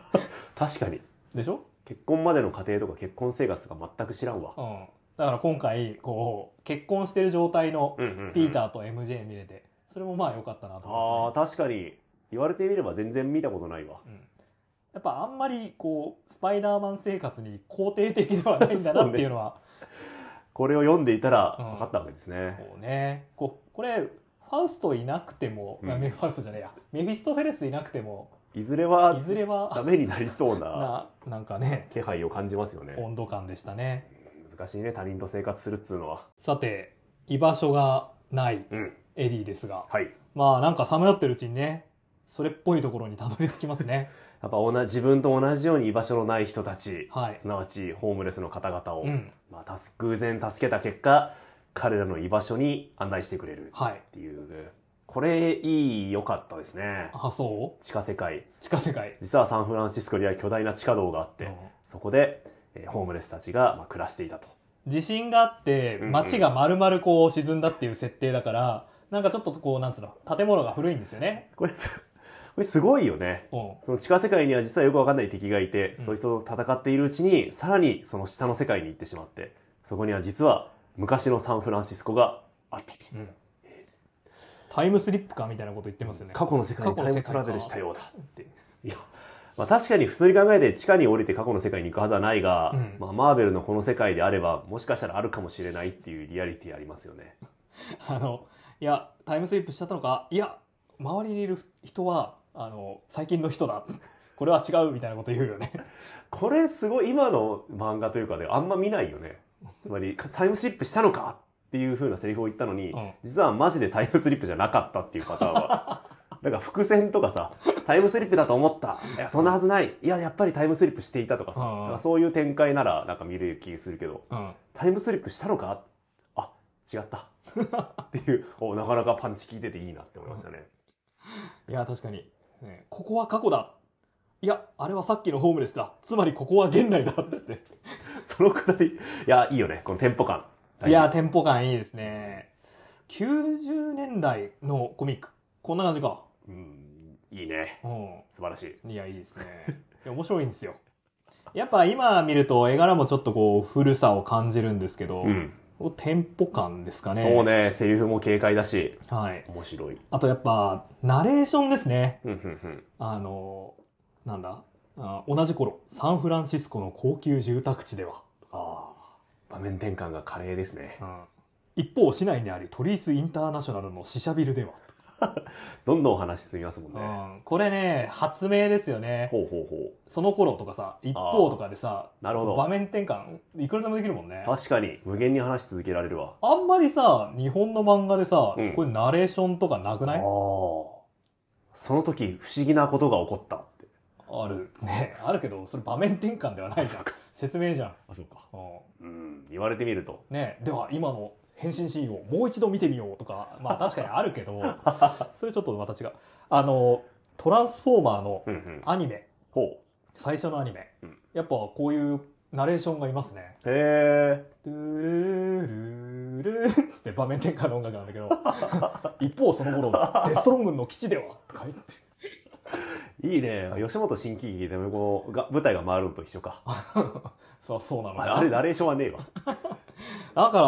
[SPEAKER 2] 確かに。
[SPEAKER 1] でしょ
[SPEAKER 2] 結婚までの過程とか結婚生活とか全く知らんわ
[SPEAKER 1] う。ん。だから今回、こう、結婚してる状態の
[SPEAKER 2] うんうんうん
[SPEAKER 1] ピーターと MJ 見れて、それもまあ良かったなと
[SPEAKER 2] あ
[SPEAKER 1] 思
[SPEAKER 2] あ、確かに。言われてみれば全然見たことない
[SPEAKER 1] い
[SPEAKER 2] わ。
[SPEAKER 1] ますね。うんやっぱあんまりこう、スパイダーマン生活に肯定的ではないんだなっていうのは、
[SPEAKER 2] これを読んでいたら
[SPEAKER 1] うん
[SPEAKER 2] 分かったわけですね。
[SPEAKER 1] そうねここれファウストいなくても、
[SPEAKER 2] うん
[SPEAKER 1] あメファウストじゃねえやメフィストフェレスいなくても
[SPEAKER 2] いずれはい
[SPEAKER 1] ずれ
[SPEAKER 2] ダ
[SPEAKER 1] は
[SPEAKER 2] メになりそうな
[SPEAKER 1] ななんかね
[SPEAKER 2] 気配を感じますよね。
[SPEAKER 1] 温度感でしたね
[SPEAKER 2] 難しいね、他人と生活するっていうのは。
[SPEAKER 1] さて居場所がない
[SPEAKER 2] うん。
[SPEAKER 1] エディですが
[SPEAKER 2] はい。
[SPEAKER 1] まあなんかさまよってるうちにねそれっぽいところにたどり着きます ね
[SPEAKER 2] やっぱ同じ自分と同じように居場所のない人たち、
[SPEAKER 1] はい
[SPEAKER 2] すなわちホームレスの方々を、
[SPEAKER 1] うん
[SPEAKER 2] まあ、助偶然助けた結果彼らの居場所に案内してくれるっ
[SPEAKER 1] はい
[SPEAKER 2] ていうこれいい良かったですね
[SPEAKER 1] あそう
[SPEAKER 2] 地下世界
[SPEAKER 1] 地下世界
[SPEAKER 2] 実はサンフランシスコには巨大な地下道があって、
[SPEAKER 1] うん
[SPEAKER 2] そこで、えーホームレスたちが、まあ、暮らしていたと
[SPEAKER 1] 地震があって
[SPEAKER 2] うんうん
[SPEAKER 1] 街が丸々こう沈んだっていう設定だから、なんかちょっとこうなんつうの建物が古いんですよね
[SPEAKER 2] これす これすごいよね
[SPEAKER 1] うん
[SPEAKER 2] その地下世界には実はよくわかんない敵がいて、
[SPEAKER 1] うん
[SPEAKER 2] そういう人と戦っているうちにさらにその下の世界に行ってしまってそこには実は昔のサンフランシスコがあったと
[SPEAKER 1] タイムスリップかみたいなこと言ってますよね。
[SPEAKER 2] 過去の世界に
[SPEAKER 1] 過去
[SPEAKER 2] タ
[SPEAKER 1] の
[SPEAKER 2] イ
[SPEAKER 1] 世
[SPEAKER 2] ム
[SPEAKER 1] 界
[SPEAKER 2] トラベルしたようだって。いや、まあ確かに普通に考えて地下に降りて過去の世界に行くはずはないが、
[SPEAKER 1] うん
[SPEAKER 2] まあマーベルのこの世界であれば、もしかしたらあるかもしれないっていうリアリティありますよね。
[SPEAKER 1] あの、いや、タイムスリップしちゃったのか、いや、周りにいる人は、あの、最近の人だ。これは違うみたいなこと言うよね。
[SPEAKER 2] これすごい今の漫画というかであんま見ないよね。つまり、タイムスリップしたのかっていう風なセリフを言ったのに、
[SPEAKER 1] うん
[SPEAKER 2] 実はマジでタイムスリップじゃなかったっていうパターンは。 だから伏線とかさ、タイムスリップだと思った。いや、そんなはずない。いや、やっぱりタイムスリップしていたとかさ、
[SPEAKER 1] うん
[SPEAKER 2] なんかそういう展開ならなんか見れる気するけど、
[SPEAKER 1] うん。
[SPEAKER 2] タイムスリップしたのかあ違ったっていうおなかなかパンチ効いてていいなって思いましたね
[SPEAKER 1] いや、確かに、ねここは過去だ。いや、あれはさっきのホームレスだ。つまりここは現代だ。つって。
[SPEAKER 2] そのくだりいやいいよねこのテンポ感
[SPEAKER 1] いや、テンポ感いいですね。90年代のコミック。こんな感じか。
[SPEAKER 2] うんいいね
[SPEAKER 1] うん。
[SPEAKER 2] 素晴らしい
[SPEAKER 1] いや、いいですね。いや、面白いんですよ。やっぱ今見ると絵柄もちょっとこう古さを感じるんですけど、
[SPEAKER 2] うん、
[SPEAKER 1] テンポ感ですかね。
[SPEAKER 2] そうねセリフも軽快だし
[SPEAKER 1] はい。
[SPEAKER 2] 面白い
[SPEAKER 1] あとやっぱ、ナレーションですね。
[SPEAKER 2] うんうんうん
[SPEAKER 1] あの、なんだあ同じ頃、サンフランシスコの高級住宅地では。
[SPEAKER 2] あー場面転換が華麗ですね
[SPEAKER 1] 一方、市内にあるトリースインターナショナルの支社ビルでは。
[SPEAKER 2] どんどんお話進みますもん
[SPEAKER 1] う
[SPEAKER 2] ね
[SPEAKER 1] ん、これね、発明ですよね。
[SPEAKER 2] ほうほうほ
[SPEAKER 1] その頃とかさ、一方とかでさ、
[SPEAKER 2] うなるほ
[SPEAKER 1] 場
[SPEAKER 2] ど
[SPEAKER 1] 面転換、いくらでもできるもんね。
[SPEAKER 2] 確かに無限に話し続けられるわ
[SPEAKER 1] あんまりさ、日本の漫画でさ、
[SPEAKER 2] うん
[SPEAKER 1] これナレーションとかなく
[SPEAKER 2] あ
[SPEAKER 1] な
[SPEAKER 2] あ
[SPEAKER 1] い
[SPEAKER 2] その時不思議なことが起こったって
[SPEAKER 1] ある。ね、あるけど、それ場面転換ではないじゃん。説明じゃん。
[SPEAKER 2] あそうか
[SPEAKER 1] うん
[SPEAKER 2] うん言われてみると
[SPEAKER 1] ね、では今の変身シーンをもう一度見てみようとか、まあ確かにあるけ ど、それちょっとまた違う。あの、トランスフォーマーの
[SPEAKER 2] うんうん
[SPEAKER 1] アニメ、
[SPEAKER 2] ほ
[SPEAKER 1] 最初のアニメ、
[SPEAKER 2] うん
[SPEAKER 1] やっぱこういうナレーションがいますね。
[SPEAKER 2] う。へえ。
[SPEAKER 1] ドゥルルルルルーって場面転換の音楽なんだけど、一方その頃、デストロン軍の基地ではとか言って。
[SPEAKER 2] いいね。吉本新喜劇でもこうが舞台が回るのと一緒か。あ
[SPEAKER 1] そう、そうなの
[SPEAKER 2] あれナレーションはねえわ。
[SPEAKER 1] だか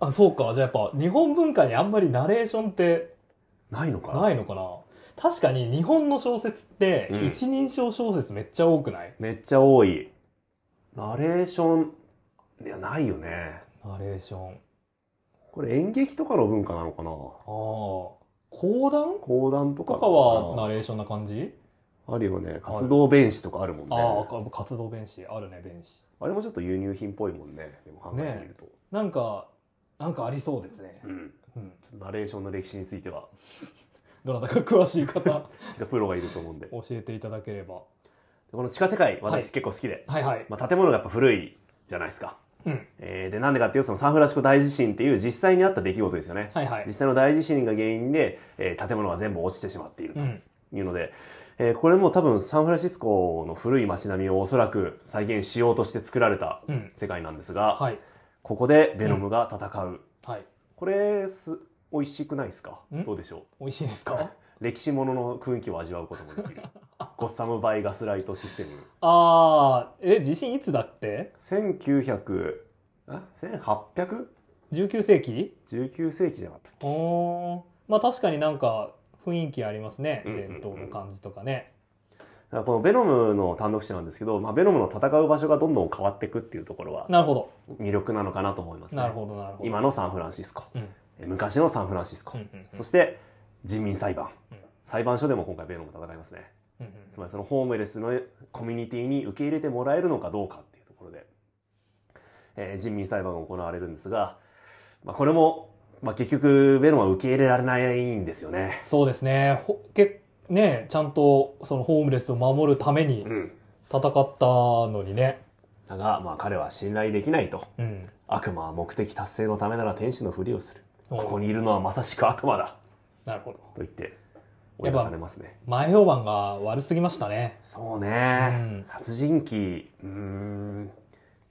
[SPEAKER 1] ら、あ、そうか。じゃあやっぱ日本文化にあんまりナレーションって
[SPEAKER 2] ないのかな
[SPEAKER 1] ないのかな確かに日本の小説って
[SPEAKER 2] うん
[SPEAKER 1] 一人称小説めっちゃ多くない、
[SPEAKER 2] めっちゃ多い。ナレーション、いや、ないよね。
[SPEAKER 1] ナレーション。あ
[SPEAKER 2] これ演劇とかの文化なのかな
[SPEAKER 1] あ。講談
[SPEAKER 2] 講談と
[SPEAKER 1] と
[SPEAKER 2] かな
[SPEAKER 1] かはナレーションな感じ
[SPEAKER 2] あるよね。活動弁士とかあるもんね。
[SPEAKER 1] ああ、
[SPEAKER 2] あ
[SPEAKER 1] か活動弁士。あるね、弁士。
[SPEAKER 2] れもちょっと輸入品っぽいもんね。でも考えてみると。
[SPEAKER 1] なんか、なんかありそうですね。
[SPEAKER 2] うん。
[SPEAKER 1] うん。
[SPEAKER 2] ナレーションの歴史については、
[SPEAKER 1] どなたか詳しい方、
[SPEAKER 2] プロがいると思うんで。で
[SPEAKER 1] 教えていただければ。
[SPEAKER 2] この地下世界、
[SPEAKER 1] はい
[SPEAKER 2] 私結構好きで。
[SPEAKER 1] はいはい。
[SPEAKER 2] まあ、建物がやっぱ古いじゃないですか。
[SPEAKER 1] うん。
[SPEAKER 2] えーで、なんでかっていうと、そのサンフランシスコ大地震っていう実際にあった出来事ですよね。
[SPEAKER 1] はいはい
[SPEAKER 2] 実。際の大地震が原因で、えー建物が全部落ちてしまっている
[SPEAKER 1] うん。
[SPEAKER 2] というので、えーこれも多分サンフランシスコの古い街並みをおそらく再現しようとして作られた
[SPEAKER 1] うん。
[SPEAKER 2] 世界なんですが、
[SPEAKER 1] はい。
[SPEAKER 2] ここでベノムが戦う。
[SPEAKER 1] はい。
[SPEAKER 2] これす、美味しくないですか
[SPEAKER 1] ん
[SPEAKER 2] どうでしょ
[SPEAKER 1] 美味しいですか
[SPEAKER 2] う歴史ものの雰囲気を味わうこともで きる。ゴッサム・バイ・ガスライト・システム。
[SPEAKER 1] あー、え、地震いつだって
[SPEAKER 2] 1900、あ ?1800?
[SPEAKER 1] ?19 世紀
[SPEAKER 2] 19世紀じゃなかったっけ
[SPEAKER 1] おー。まあ確かになんか雰囲気ありますね。
[SPEAKER 2] うんうんう
[SPEAKER 1] 伝
[SPEAKER 2] ん
[SPEAKER 1] 統の感じとかね。
[SPEAKER 2] だからこのベノムの単独者なんですけど、まあ、ベノムの戦う場所がどんどん変わっていくっていうところは
[SPEAKER 1] なるほ
[SPEAKER 2] 魅力なのかなと思います
[SPEAKER 1] ど。
[SPEAKER 2] ね。
[SPEAKER 1] なるほど、なるほど。
[SPEAKER 2] 今のサンフランシスコ、
[SPEAKER 1] うん。
[SPEAKER 2] え昔のサンフランシスコ、
[SPEAKER 1] うんうんうん
[SPEAKER 2] そして人民裁判、
[SPEAKER 1] うん
[SPEAKER 2] 裁判所でも今回ベノムと戦いますね。
[SPEAKER 1] うんうん
[SPEAKER 2] つまりそのホームレスのコミュニティに受け入れてもらえるのかどうかっていうところで、えー人民裁判が行われるんですが、まあ、これも、まあ、結局ベノムは受け入れられないんですよね。
[SPEAKER 1] そうですね。ほけねちゃんとそのホームレスを守るために
[SPEAKER 2] うん。
[SPEAKER 1] 戦ったのにね。
[SPEAKER 2] だが、まあ彼は信頼できないと。
[SPEAKER 1] うん。
[SPEAKER 2] 悪魔は目的達成のためなら天使のふりをする。
[SPEAKER 1] おう
[SPEAKER 2] ここにいるのはまさしく悪魔だ
[SPEAKER 1] なるほど。
[SPEAKER 2] と言って追い出されますね。
[SPEAKER 1] 前評判が悪すぎましたね。
[SPEAKER 2] そう
[SPEAKER 1] う
[SPEAKER 2] ね、
[SPEAKER 1] ん
[SPEAKER 2] 殺人鬼、うーん、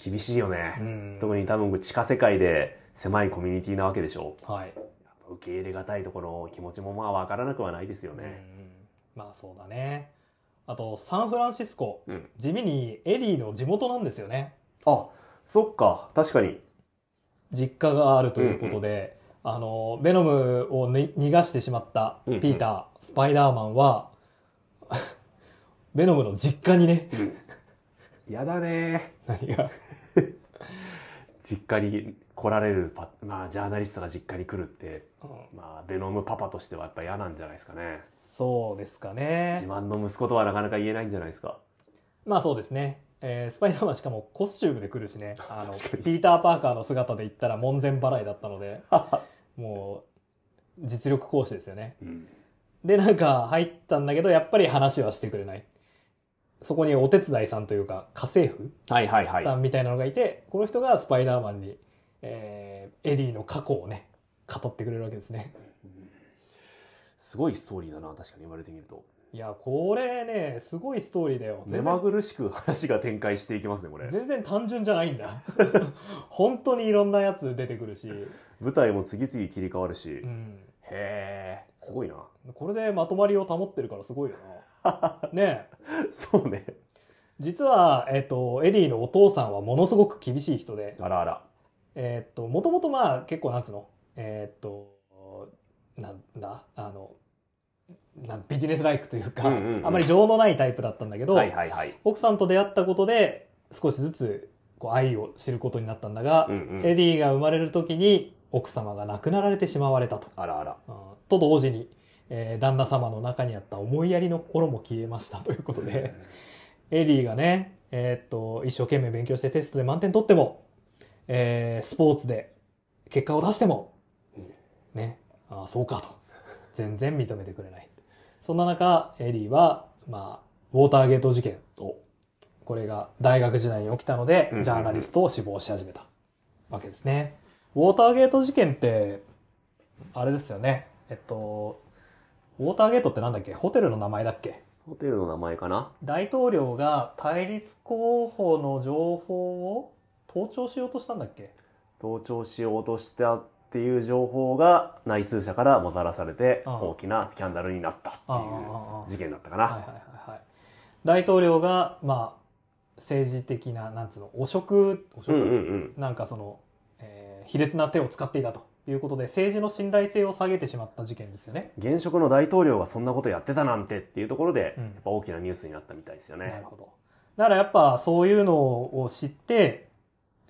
[SPEAKER 2] 厳しいよね。
[SPEAKER 1] うん。
[SPEAKER 2] 特に多分地下世界で狭いコミュニティなわけでしょ
[SPEAKER 1] はい。
[SPEAKER 2] う。受け入れがたいところ、気持ちもまあわからなくはないですよ
[SPEAKER 1] うんうん
[SPEAKER 2] ね。
[SPEAKER 1] まあそうだね。あと、サンフランシスコ。
[SPEAKER 2] うん。
[SPEAKER 1] 地味にエリーの地元なんですよね。
[SPEAKER 2] あ、そっか、確かに。
[SPEAKER 1] 実家があるということで、あの、ベノムをに逃がしてしまったピーター、スパイダーマンは、 ベノムの実家にね、
[SPEAKER 2] やだね
[SPEAKER 1] 何が、
[SPEAKER 2] 実家に来られるパ、まあジャーナリストが実家に来るって、
[SPEAKER 1] うん
[SPEAKER 2] まあベノムパパとしてはやっぱ嫌なんじゃないですかね。
[SPEAKER 1] そうですか
[SPEAKER 2] 自
[SPEAKER 1] ね。
[SPEAKER 2] 慢の息子とはなかなか言えないんじゃないですか。
[SPEAKER 1] まあそうですね。えースパイダーマンしかもコスチュームで来るしね。あの、
[SPEAKER 2] 確かに
[SPEAKER 1] ピーター・パーカーの姿で行ったら門前払いだったの で、もう、実力行使ですよね。
[SPEAKER 2] うん。
[SPEAKER 1] で、なんか入ったんだけど、やっぱり話はしてくれない。そこにお手伝いさんというか、家政婦
[SPEAKER 2] はいはいは
[SPEAKER 1] さんみたいなのがいて、この人がスパイダーマンに、えーエリーの過去をね、語ってくれるわけですね。
[SPEAKER 2] すごいストーリーだな、確かに言われてみると。
[SPEAKER 1] いや、これね、すごいストーリーだよ。
[SPEAKER 2] 目
[SPEAKER 1] 全
[SPEAKER 2] ま
[SPEAKER 1] 然
[SPEAKER 2] ぐるしく話が展開していきますね、これ。
[SPEAKER 1] 全然単純じゃないん だ。本当にいろんなやつ出てくるし、
[SPEAKER 2] 舞台も次々切り替わるし。
[SPEAKER 1] うん。
[SPEAKER 2] へえ、すごいな。
[SPEAKER 1] これでまとまりを保ってるからすごいよ な。ねえ
[SPEAKER 2] そうね。
[SPEAKER 1] 実は、えっ、と、エリーのお父さんはものすごく厳しい人で、
[SPEAKER 2] あらあら。
[SPEAKER 1] えーっと、もともとまあ結構なんつうの、えーっと、なんだ、あの、なんビジネスライクというか、
[SPEAKER 2] うんうんうん
[SPEAKER 1] あまり情のないタイプだったんだけど、
[SPEAKER 2] はいはいはい。
[SPEAKER 1] 奥さんと出会ったことで少しずつこう愛を知ることになったんだが、
[SPEAKER 2] うんうん
[SPEAKER 1] エディが生まれる時に奥様が亡くなられてしまわれたと。
[SPEAKER 2] あらあら。
[SPEAKER 1] うんと同時に、えー旦那様の中にあった思いやりの心も消えましたということで、エリーがね、えーっと、一生懸命勉強してテストで満点取っても、えースポーツで結果を出しても、ね、ああ、そうかと。全然認めてくれない。そんな中、エリーは、まあ、ウォーターゲート事件を、これが大学時代に起きたので
[SPEAKER 2] うんうんう、ん
[SPEAKER 1] ジャーナリストを志望し始めたわけですね。ウォーターゲート事件って、あれですよね。えっと、ウォーターゲートってなんだっけホテルの名前だっけ
[SPEAKER 2] ホテルの名前かな
[SPEAKER 1] 大統領が対立候補の情報を盗聴しようとしたんだっけ
[SPEAKER 2] 盗聴しようとしたっていう情報が内通者からもたらされて、
[SPEAKER 1] ああ
[SPEAKER 2] 大きなスキャンダルになったって
[SPEAKER 1] あああああ
[SPEAKER 2] いう
[SPEAKER 1] あ
[SPEAKER 2] 事件だったか
[SPEAKER 1] はいはい
[SPEAKER 2] な。
[SPEAKER 1] はいはい大統領がまあ政治的ななんつうの汚職汚
[SPEAKER 2] う
[SPEAKER 1] 職、
[SPEAKER 2] んうんうん。
[SPEAKER 1] なんかその、えー卑劣な手を使っていたということで政治の信頼性を下げてしまった事件ですよね
[SPEAKER 2] 現職の大統領がそんなことやってたなんてっていうところで、
[SPEAKER 1] うん
[SPEAKER 2] やっぱ大きなニュースになったみたいですよ
[SPEAKER 1] なる
[SPEAKER 2] ね。
[SPEAKER 1] ほどだからやっぱそういうのを知って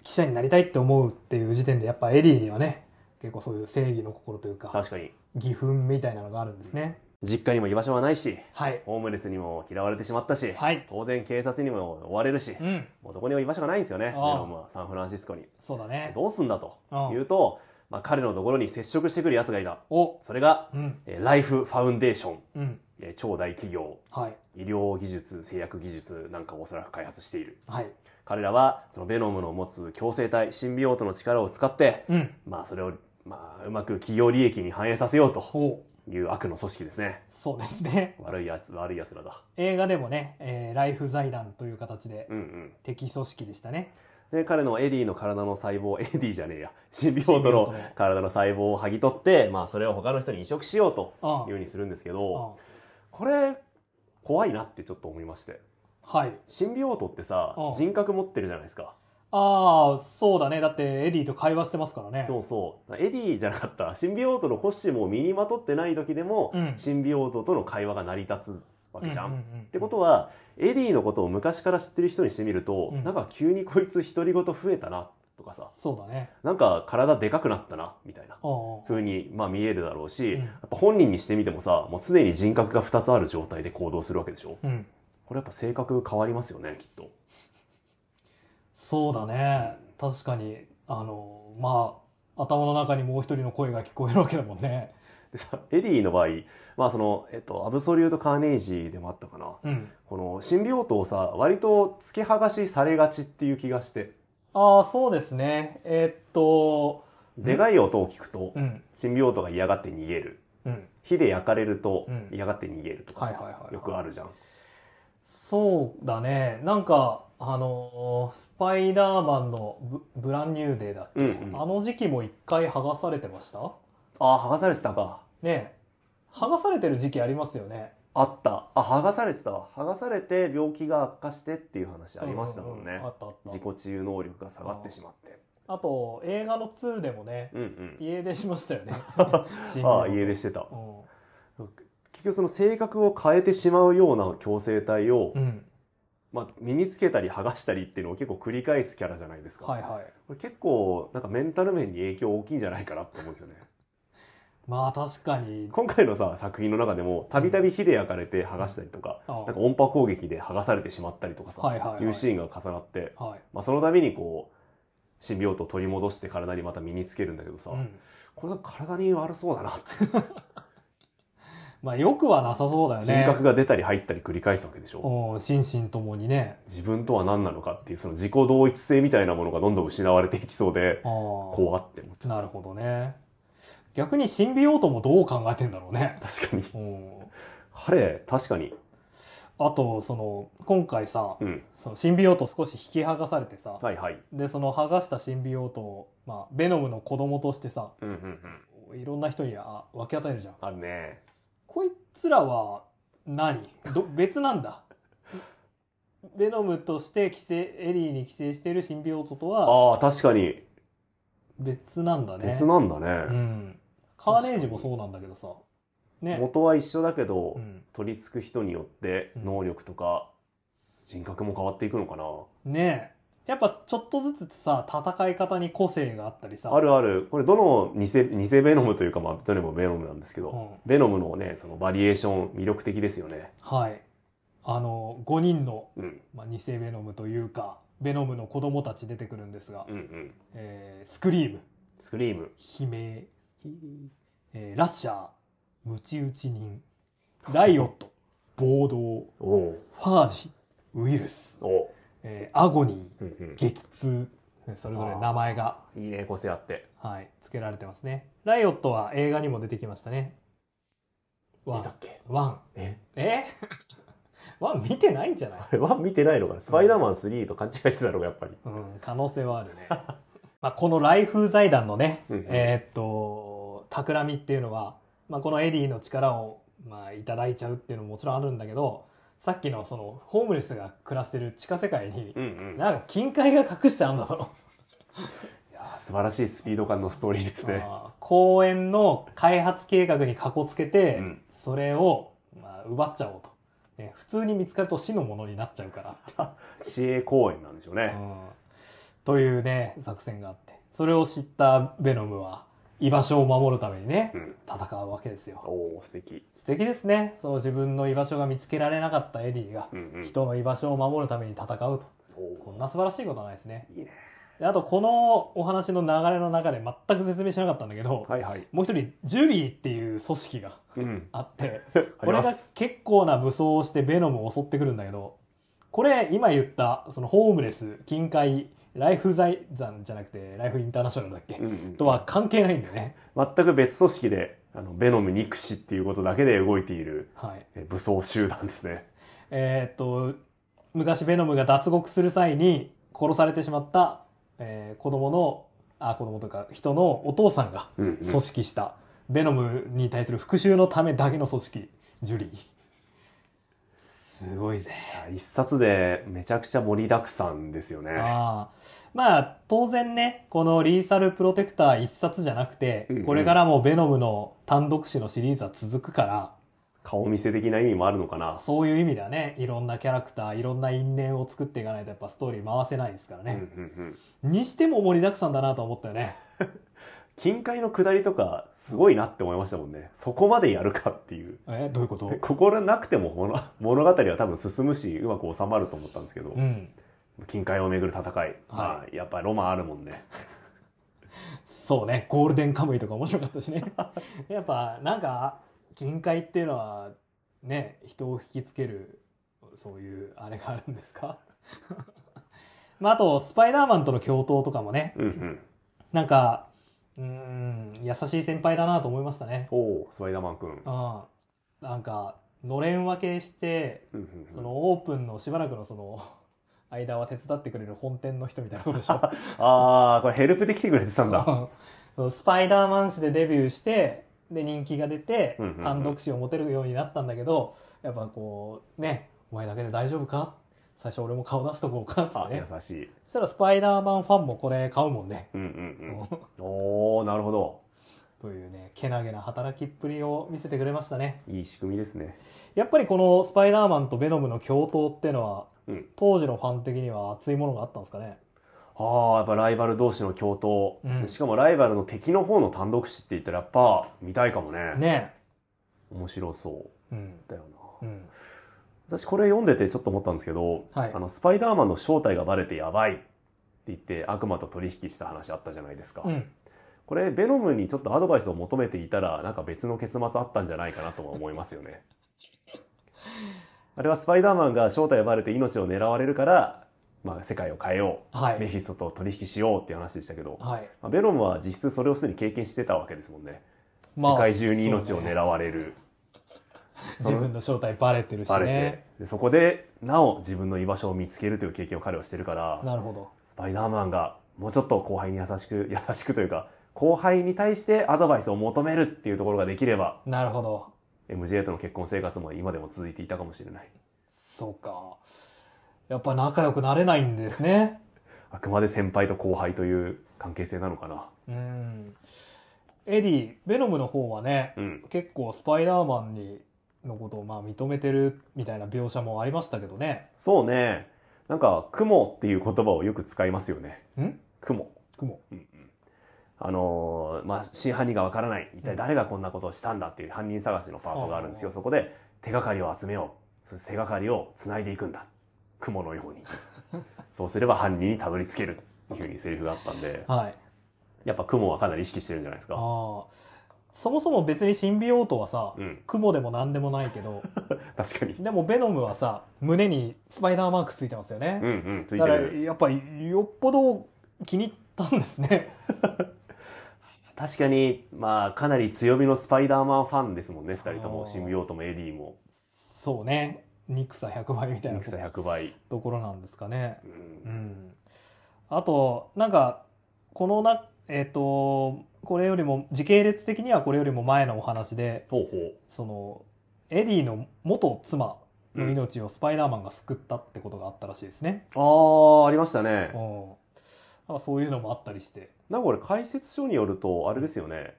[SPEAKER 1] 記者になりたいって思うっていう時点でやっぱエリーにはね結構そういう正義の心というか
[SPEAKER 2] 確かに。
[SPEAKER 1] 義憤みたいなのがあるんですね、
[SPEAKER 2] 実家にも居場所はないし、
[SPEAKER 1] はい
[SPEAKER 2] ホームレスにも嫌われてしまったし、
[SPEAKER 1] はい
[SPEAKER 2] 当然警察にも追われるし
[SPEAKER 1] う、ん、
[SPEAKER 2] もうどこにも居場所がないんですよね。
[SPEAKER 1] ああ
[SPEAKER 2] ベノムはサンフランシスコに。
[SPEAKER 1] そうだね。
[SPEAKER 2] どうすんだと
[SPEAKER 1] ああ
[SPEAKER 2] 言うと、まあ、彼のところに接触してくる奴がいた。
[SPEAKER 1] お、
[SPEAKER 2] それが、
[SPEAKER 1] うん、
[SPEAKER 2] えーライフファウンデーション、
[SPEAKER 1] うん、
[SPEAKER 2] えー超大企業、
[SPEAKER 1] はい、
[SPEAKER 2] 医療技術、製薬技術なんかをおそらく開発している。
[SPEAKER 1] はい、
[SPEAKER 2] 彼らは、そのベノムの持つ共生体、シンビオートの力を使って、
[SPEAKER 1] うん、
[SPEAKER 2] まあそれをまあ、うまく企業利益に反映させようと
[SPEAKER 1] おう
[SPEAKER 2] いう悪の組織ですね。
[SPEAKER 1] そうですね。
[SPEAKER 2] 悪いやつ、悪いやつらだ。
[SPEAKER 1] 映画でもね、えーライフ財団という形で
[SPEAKER 2] うんうん。
[SPEAKER 1] 敵組織でしたね。
[SPEAKER 2] で、彼のエディの体の細胞、エ ディじゃねえや、シンビオート
[SPEAKER 1] シン
[SPEAKER 2] の
[SPEAKER 1] ビオートの
[SPEAKER 2] 体の細胞を剥ぎ取って、まあ、それを他の人に移植しようと
[SPEAKER 1] あ
[SPEAKER 2] いうふうにするんですけど、
[SPEAKER 1] あ
[SPEAKER 2] これ、怖いなってちょっと思いまして。
[SPEAKER 1] はい。
[SPEAKER 2] シンビオートってさ
[SPEAKER 1] うん、
[SPEAKER 2] 人格持ってるじゃないですか。
[SPEAKER 1] ああ、そうだね。だってエディと会話してますからね。
[SPEAKER 2] そうそう。エディじゃなかった、シンビオートのコッシーも身にまとってない時でも、
[SPEAKER 1] うん
[SPEAKER 2] シンビオートとの会話が成り立つわけじゃん。
[SPEAKER 1] ううう
[SPEAKER 2] ってことは、エディのことを昔から知ってる人にしてみると、
[SPEAKER 1] うん
[SPEAKER 2] なんか急にこいつ独り言増えたな、とかさ、
[SPEAKER 1] そうだね。
[SPEAKER 2] なんか体でかくなったな、みたいな。
[SPEAKER 1] ああ
[SPEAKER 2] 風に、まあ見えるだろうし、
[SPEAKER 1] うん
[SPEAKER 2] やっぱ本人にしてみてもさ、もう常に人格が2つある状態で行動するわけでしょ
[SPEAKER 1] うん。
[SPEAKER 2] これやっぱ性格変わりますよね、きっと。
[SPEAKER 1] そうだね。確かに、あの、まあ、頭の中にもう一人の声が聞こえるわけだもんね。
[SPEAKER 2] でさ、エディの場合、まあその、えっと、アブソリュート・カーネイジーでもあったかな。
[SPEAKER 1] うん。
[SPEAKER 2] この、シンビオートをさ、割と付け剥がしされがちっていう気がして、
[SPEAKER 1] ああ、そうですね。えーっと、
[SPEAKER 2] でかい音を聞くと
[SPEAKER 1] う、ん。
[SPEAKER 2] シンビオートが嫌がって逃げる。
[SPEAKER 1] うん。
[SPEAKER 2] 火で焼かれると
[SPEAKER 1] うん
[SPEAKER 2] 嫌がって逃げるとか
[SPEAKER 1] はいはいはい
[SPEAKER 2] さ
[SPEAKER 1] はい
[SPEAKER 2] よくあるじゃん。
[SPEAKER 1] そうだね。なんか、あの、スパイダーマンのブブランニューデーだっけ、
[SPEAKER 2] うんうん
[SPEAKER 1] あの時期も一回剥がされてました
[SPEAKER 2] あー剥がされてたか。
[SPEAKER 1] ねえ。剥がされてる時期ありますよね。
[SPEAKER 2] あった。あ剥がされてたわ。剥がされて病気が悪化してっていう話ありましたもん
[SPEAKER 1] うう
[SPEAKER 2] ね
[SPEAKER 1] うあ。ったあった
[SPEAKER 2] 自己治癒能力が下がってしまって。
[SPEAKER 1] あと、映画の2でもね、
[SPEAKER 2] うんうん。
[SPEAKER 1] 家出しましたよ ね。
[SPEAKER 2] ああ、家出してた
[SPEAKER 1] う。ん
[SPEAKER 2] 結局その性格を変えてしまうような強制体を
[SPEAKER 1] う、ん。
[SPEAKER 2] まあ、身につけたり剥がしたりっていうのを結構繰り返すキャラじゃないですか。
[SPEAKER 1] はいはい。
[SPEAKER 2] これ結構なんかメンタル面に影響大きいんじゃないかなと思うんですよね。
[SPEAKER 1] まあ確かに。
[SPEAKER 2] 今回のさ、作品の中でも、たびたび火で焼かれて剥がしたりとか、
[SPEAKER 1] あ
[SPEAKER 2] なんか音波攻撃で剥がされてしまったりとかさ、
[SPEAKER 1] はいはいはい
[SPEAKER 2] いうシーンが重なって、
[SPEAKER 1] はい。
[SPEAKER 2] まあ、そのためにこう、シンビオートを取り戻して体にまた身につけるんだけどさ、
[SPEAKER 1] うん。
[SPEAKER 2] これが体に悪そうだなって、
[SPEAKER 1] まあよくはなさそうだよ
[SPEAKER 2] 人
[SPEAKER 1] ね。
[SPEAKER 2] 格が出たり入ったり繰り返すわけでしょ。
[SPEAKER 1] うん、心身ともにね。
[SPEAKER 2] 自分とは何なのかっていう、その自己同一性みたいなものがどんどん失われていきそうで、
[SPEAKER 1] ああ。
[SPEAKER 2] 怖って思っちゃ
[SPEAKER 1] なるほどね。逆にシンビオートもどう考えてんだろうね。
[SPEAKER 2] う。確かに。
[SPEAKER 1] うん。
[SPEAKER 2] 彼、確かに。
[SPEAKER 1] あと、その、今回さ、
[SPEAKER 2] うん。
[SPEAKER 1] そのシンビオート少し引き剥がされてさ、
[SPEAKER 2] はいはい。
[SPEAKER 1] で、その剥がしたシンビオートを、まあ、ベノムの子供としてさ、
[SPEAKER 2] うんうんうん。
[SPEAKER 1] いろんな人にあ分け与えるじゃん。
[SPEAKER 2] あるね。
[SPEAKER 1] こいつらは何ど別なんだベノムとして寄生エリーに寄生しているシンビオートとは
[SPEAKER 2] ああ、確かに。
[SPEAKER 1] 別なんだね
[SPEAKER 2] 別なんだ
[SPEAKER 1] う
[SPEAKER 2] ね。
[SPEAKER 1] んカーネージもそうなんだけどさね
[SPEAKER 2] 元は一緒だけど、
[SPEAKER 1] うん
[SPEAKER 2] 取り付く人によって
[SPEAKER 1] うん
[SPEAKER 2] 能力とか人格も変わっていくのかな、
[SPEAKER 1] ねえやっぱちょっとずつさ戦い方に個性があったりさ
[SPEAKER 2] あるあるこれどの偽偽ベノムというかまあどれもベノムなんですけど、
[SPEAKER 1] うん
[SPEAKER 2] ベノムのねそのバリエーション魅力的ですよね
[SPEAKER 1] はいあの5人の、
[SPEAKER 2] うん
[SPEAKER 1] まあ、偽ベノムというかベノムの子供たち出てくるんですが、
[SPEAKER 2] うんうん
[SPEAKER 1] えースクリーム
[SPEAKER 2] スクリーム
[SPEAKER 1] 悲鳴えーラッシャー、ムチ打ち人、ライオット、暴動、
[SPEAKER 2] おお
[SPEAKER 1] ファージ、ウイルス、
[SPEAKER 2] うお
[SPEAKER 1] えーアゴニ
[SPEAKER 2] う、う
[SPEAKER 1] ー、
[SPEAKER 2] ん
[SPEAKER 1] 激痛、ねそれぞれ名前が、
[SPEAKER 2] うん、いいね個性あって
[SPEAKER 1] はい、付けられてますね。ライオットは映画にも出てきましたね。ワ
[SPEAKER 2] 出た
[SPEAKER 1] ン
[SPEAKER 2] っ。け
[SPEAKER 1] ワン。
[SPEAKER 2] え
[SPEAKER 1] え ワン見てないんじゃない
[SPEAKER 2] あれは見てないのかなスパイダーマン3と勘違いしてたのがやっぱり
[SPEAKER 1] うん、可能性はあるね。 まあ、このライフ財団のね、
[SPEAKER 2] うんうん
[SPEAKER 1] えーっと、企みっていうのは、まあ、このエディの力を、まあ、いただいちゃうっていうのももちろんあるんだけど、さっきのその、ホームレスが暮らしてる地下世界に、
[SPEAKER 2] んうんい
[SPEAKER 1] なんか金塊が隠してあるんだぞ。
[SPEAKER 2] やー素晴らしいスピード感のストーリーですね
[SPEAKER 1] あー公園の開発計画にかこつけて、
[SPEAKER 2] うん
[SPEAKER 1] それを、まあ、奪っちゃおうと。ね、普通に見つかると死のものになっちゃうからって
[SPEAKER 2] 市営公園なんでしょうね、
[SPEAKER 1] うんというね、作戦があって。それを知ったベノムは、居場所を守るためにね、
[SPEAKER 2] うん
[SPEAKER 1] 戦うわけですよ。
[SPEAKER 2] おお素敵
[SPEAKER 1] 素敵ですね。その自分の居場所が見つけられなかったエディが
[SPEAKER 2] う、んうん
[SPEAKER 1] 人の居場所を守るために戦うと。こ
[SPEAKER 2] お
[SPEAKER 1] んな素晴らしいことはないですね。
[SPEAKER 2] いいね
[SPEAKER 1] であと、このお話の流れの中で全く説明しなかったんだけど、
[SPEAKER 2] はいはい
[SPEAKER 1] もう一人、ジュリーっていう組織が
[SPEAKER 2] うん
[SPEAKER 1] あって、
[SPEAKER 2] こ
[SPEAKER 1] こ
[SPEAKER 2] れ
[SPEAKER 1] れ
[SPEAKER 2] が
[SPEAKER 1] が結構な武装をしてベノムを襲ってくるんだけど、これ今言った、そのホームレス、近海、ライフ財団じゃなくて、ライフインターナショナルだっけ、
[SPEAKER 2] うんうん
[SPEAKER 1] とは関係ないんだよね。
[SPEAKER 2] 全く別組織で、あの、ベノム憎しっていうことだけで動いている
[SPEAKER 1] はい。
[SPEAKER 2] え武装集団ですね。
[SPEAKER 1] えーっと、昔ベノムが脱獄する際に殺されてしまった、えー子供の、あ、子供というか人のお父さんが
[SPEAKER 2] うんうん
[SPEAKER 1] 組織した、ベノムに対する復讐のためだけの組織、ジュリー。すごいぜ。
[SPEAKER 2] 一冊でめちゃくちゃ盛りだくさんですよね。
[SPEAKER 1] ああまあ当然ねこの「リーサル・プロテクター」一冊じゃなくて、
[SPEAKER 2] うんうん
[SPEAKER 1] これからもベノムの単独誌のシリーズは続くから
[SPEAKER 2] 顔見せ的な意味もあるのかな。
[SPEAKER 1] そういう意味ではねいろんなキャラクターいろんな因縁を作っていかないとやっぱストーリー回せないですから
[SPEAKER 2] うんう
[SPEAKER 1] ね、
[SPEAKER 2] んうん
[SPEAKER 1] にしても盛りだくさんだなと思ったよね
[SPEAKER 2] 近海の下りとかすごいなって思いましたもんね。そこまでやるかっていう。
[SPEAKER 1] えどういうこと
[SPEAKER 2] 心なくても物 物語は多分進むし、うまく収まると思ったんですけど
[SPEAKER 1] う、ん
[SPEAKER 2] 近海をめぐる戦い。まあ、やっぱりロマンあるもんね。
[SPEAKER 1] そうねゴールデンカムイとか面白かったしね やっぱなんか銀界っていうのはね人を引きつけるそういうあれがあるんですか まああとスパイダーマンとの共闘とかもね
[SPEAKER 2] うんうん。
[SPEAKER 1] なんかうーん優しい先輩だなと思いましたね
[SPEAKER 2] おおスパイダーマン君。
[SPEAKER 1] うんなんかのれん分けして
[SPEAKER 2] うんうんうん
[SPEAKER 1] そのオープンのしばらくのその間は手伝ってくれる本店の人みたいなことでしょ
[SPEAKER 2] ああ、これヘルプで来てくれてたんだ。
[SPEAKER 1] うんスパイダーマン誌でデビューしてで人気が出て
[SPEAKER 2] うんうんうん
[SPEAKER 1] 単独誌を持てるようになったんだけど、やっぱこうねお前だけで大丈夫か最初俺も顔出しとこうかっつっ
[SPEAKER 2] あ、
[SPEAKER 1] てね
[SPEAKER 2] 優しい。
[SPEAKER 1] そしたらスパイダーマンファンもこれ買うもんね、
[SPEAKER 2] うんうんうん。おおなるほど。
[SPEAKER 1] というねけなげな働きっぷりを見せてくれましたね
[SPEAKER 2] いい仕組みですね。
[SPEAKER 1] やっぱりこのスパイダーマンとベノムの共闘ってのは
[SPEAKER 2] うん。
[SPEAKER 1] 当時のファン的には熱いものがあったんですかね
[SPEAKER 2] ああ、やっぱライバル同士の共闘、
[SPEAKER 1] うん
[SPEAKER 2] しかもライバルの敵の方の単独誌って言ったらやっぱ見たいかもね。
[SPEAKER 1] ね
[SPEAKER 2] 面白そ
[SPEAKER 1] えうん
[SPEAKER 2] う。だよな。
[SPEAKER 1] うん
[SPEAKER 2] 私これ読んでてちょっと思ったんですけど、
[SPEAKER 1] はい
[SPEAKER 2] あの、スパイダーマンの正体がバレてやばいって言って悪魔と取引した話あったじゃないですか。
[SPEAKER 1] うん
[SPEAKER 2] これ、ベノムにちょっとアドバイスを求めていたら、なんか別の結末あったんじゃないかなとは思いますよね。あれはスパイダーマンが正体をバレて命を狙われるから、まあ世界を変えよ
[SPEAKER 1] は
[SPEAKER 2] う、メ
[SPEAKER 1] い
[SPEAKER 2] フィストと取引しようっていう話でしたけど、
[SPEAKER 1] はい
[SPEAKER 2] まあベノムは実質それをすでに経験してたわけですもんね。
[SPEAKER 1] まあ
[SPEAKER 2] 世界中に命を
[SPEAKER 1] そうね
[SPEAKER 2] 狙われる、
[SPEAKER 1] 自分の正体バレてるし
[SPEAKER 2] バレて、
[SPEAKER 1] ね。
[SPEAKER 2] でそこでなお自分の居場所を見つけるという経験を彼はしてるから、
[SPEAKER 1] なるほど。
[SPEAKER 2] スパイダーマンがもうちょっと後輩に優しく、 優しくというか、後輩に対してアドバイスを求めるっていうところができれば、
[SPEAKER 1] なるほど。
[SPEAKER 2] MJ との結婚生活も今でも続いていたかもしれない。
[SPEAKER 1] そうか。やっぱ仲良くなれないんですね。
[SPEAKER 2] あくまで先輩と後輩という関係性なのかな。
[SPEAKER 1] うん。エディ、ベノムの方はね、
[SPEAKER 2] うん。
[SPEAKER 1] 結構スパイダーマンにのことをまあ認めてるみたいな描写もありましたけどね。
[SPEAKER 2] そうね。なんか、雲っていう言葉をよく使いますよね。
[SPEAKER 1] ん
[SPEAKER 2] 雲。
[SPEAKER 1] 雲。
[SPEAKER 2] あのーまあ、真犯人がわからない。一体誰がこんなことをしたんだっていう犯人探しのパートがあるんですよ。
[SPEAKER 1] あー
[SPEAKER 2] そこで手がかりを集めよう。そして手がかりを繋いでいくんだ。雲のよ うに。そうすれば犯人にたどり着ける。っていうふうにセリフがあったんで、
[SPEAKER 1] はい。
[SPEAKER 2] やっぱ雲はかなり意識してるんじゃないです
[SPEAKER 1] ああ
[SPEAKER 2] か。。
[SPEAKER 1] そもそも別にシンビオートはさ、
[SPEAKER 2] うん。
[SPEAKER 1] 雲でも何でもないけど、
[SPEAKER 2] 確かに。
[SPEAKER 1] でもベノムはさ、胸にスパイダーマークついてますよね。
[SPEAKER 2] うんうん。つい
[SPEAKER 1] だ
[SPEAKER 2] て
[SPEAKER 1] から
[SPEAKER 2] る。
[SPEAKER 1] やっぱりよっぽど気に入ったんですね。
[SPEAKER 2] 確かに、まあ、かなり強火のスパイダーマンファンですもんね、二人と
[SPEAKER 1] あ
[SPEAKER 2] も。
[SPEAKER 1] ー
[SPEAKER 2] シンビオートもエディも。
[SPEAKER 1] そうね憎さ100倍みたいな
[SPEAKER 2] 肉さ100倍。
[SPEAKER 1] ところなんですかね。
[SPEAKER 2] う。
[SPEAKER 1] うんん、あとなんかこのなえっ、とこれよりも時系列的にはこれよりも前のお話で
[SPEAKER 2] ほうほう。
[SPEAKER 1] そのエディの元妻の命をスパイダーマンが救ったってことがあったらしいですね。
[SPEAKER 2] ああ、ありましたね
[SPEAKER 1] う。んなんかそういうのもあったりして。
[SPEAKER 2] なんかこれ解説書によると、あれですよね。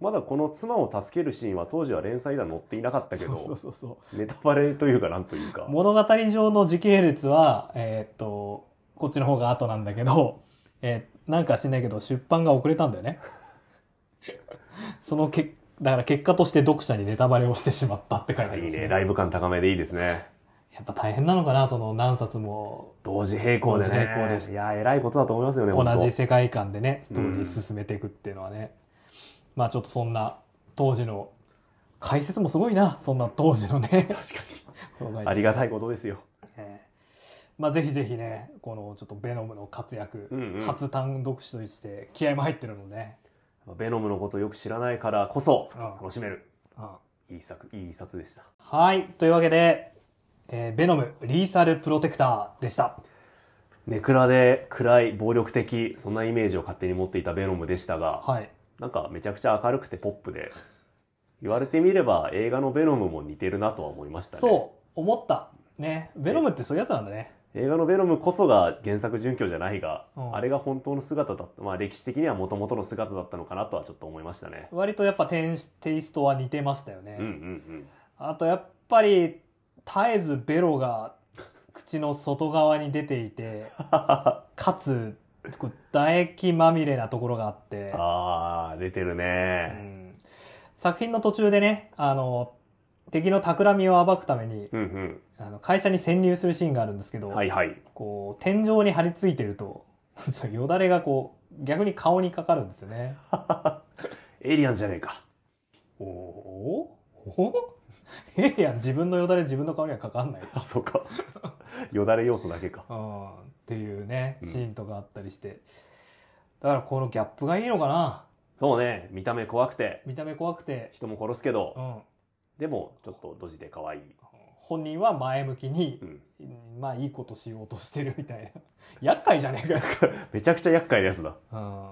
[SPEAKER 2] まだこの妻を助けるシーンは当時は連載では載っていなかったけど、
[SPEAKER 1] そうそうそうそう
[SPEAKER 2] ネタバレというかなんというか。
[SPEAKER 1] 物語上の時系列は、えーっと、こっちの方が後なんだけど、えーなんか知んないけど、出版が遅れたんだよね。そのけ、だから結果として読者にネタバレをしてしまったって書いてあり
[SPEAKER 2] い
[SPEAKER 1] ま
[SPEAKER 2] い
[SPEAKER 1] すね。
[SPEAKER 2] ね。ライブ感高めでいいですね。
[SPEAKER 1] やっぱ大変なのかな、その何冊も
[SPEAKER 2] 同時並行でね。
[SPEAKER 1] 同時並行です
[SPEAKER 2] いや、偉いことだと思いますよね、
[SPEAKER 1] 同
[SPEAKER 2] 本当
[SPEAKER 1] じ世界観でね、ストーリ
[SPEAKER 2] うん
[SPEAKER 1] ー進めていくっていうのはね。まあちょっとそんな当時の、解説もすごいな、そんな当時のね。
[SPEAKER 2] 確かに。
[SPEAKER 1] この概念
[SPEAKER 2] ありがたいことですよ。
[SPEAKER 1] えーまあ、ぜひぜひね、このちょっとベノムの活躍、
[SPEAKER 2] うんうん
[SPEAKER 1] 初単独誌として気合も入ってるので、ね、
[SPEAKER 2] ベノムのことよく知らないからこそ
[SPEAKER 1] うん
[SPEAKER 2] 楽しめる
[SPEAKER 1] うん
[SPEAKER 2] いい作いい一冊でした
[SPEAKER 1] はい。というわけで、えーベノム、リーサルプロテクターでした。
[SPEAKER 2] ネクラで暗い暴力的そんなイメージを勝手に持っていたベノムでしたが
[SPEAKER 1] はい。
[SPEAKER 2] なんかめちゃくちゃ明るくてポップで言われてみれば映画のベノムも似てるなとは思いましたね
[SPEAKER 1] そう、思った。ね。ベノムってそういうやつなんだね。
[SPEAKER 2] 映画の「ベノム」こそが原作準拠じゃないが、
[SPEAKER 1] うん
[SPEAKER 2] あれが本当の姿だったまあ歴史的にはもともとの姿だったのかなとはちょっと思いましたね
[SPEAKER 1] 割とやっぱテンテイストは似てましたよね。
[SPEAKER 2] うんうん
[SPEAKER 1] あとやっぱり、絶えずベロが口の外側に出てい て、かつ、こう唾液まみれなところがあって
[SPEAKER 2] うん、ああ出てる
[SPEAKER 1] う
[SPEAKER 2] ね
[SPEAKER 1] ん作品の途中でね、あの、敵の企みを暴くために、
[SPEAKER 2] うんうん
[SPEAKER 1] あの会社に潜入するシーンがあるんですけど、
[SPEAKER 2] はいはい
[SPEAKER 1] こう、天井に張り付いてると、 なんつうのよだれがこう、逆に顔にかかるんですよね。
[SPEAKER 2] エイリアンじゃねえか
[SPEAKER 1] おお おエイリアン自分のよだれ自分の顔にはかかんない。
[SPEAKER 2] あそうかよだれ要素だけか
[SPEAKER 1] うん、っていうね、
[SPEAKER 2] うん
[SPEAKER 1] シーンとかあったりして。だからこのギャップがいいのかな
[SPEAKER 2] そうね見た目怖くて
[SPEAKER 1] 見た目怖くて、
[SPEAKER 2] 人も殺すけど、
[SPEAKER 1] うん。
[SPEAKER 2] でもちょっとドジで可愛い、
[SPEAKER 1] 本人は前向きに
[SPEAKER 2] う、ん、
[SPEAKER 1] まあいいことしようとしてるみたいな。 厄介じゃねえかよ。
[SPEAKER 2] めちゃくちゃ厄介なやつだ
[SPEAKER 1] うん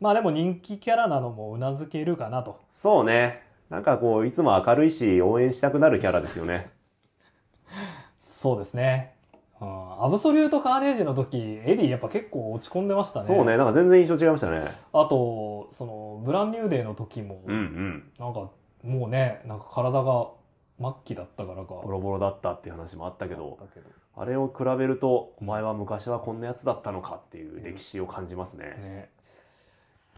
[SPEAKER 1] まあでも人気キャラなのもうなずけるかなと。
[SPEAKER 2] そうねなんかこういつも明るいし応援したくなるキャラですよね
[SPEAKER 1] そうですね。うん、アブソリュートカーネージの時、エリーやっぱ結構落ち込んでましたね。
[SPEAKER 2] そうね。なんか全然印象違いましたね
[SPEAKER 1] あと、その、ブランニューデーの時も、
[SPEAKER 2] うんうん
[SPEAKER 1] なんか、もうね、なんか体が末期だったからか。
[SPEAKER 2] ボロボロだったっていう話もあったけど
[SPEAKER 1] だけど
[SPEAKER 2] あれを比べるとお前は昔はこんなやつだったのかっていう歴史を感じますね、
[SPEAKER 1] ね。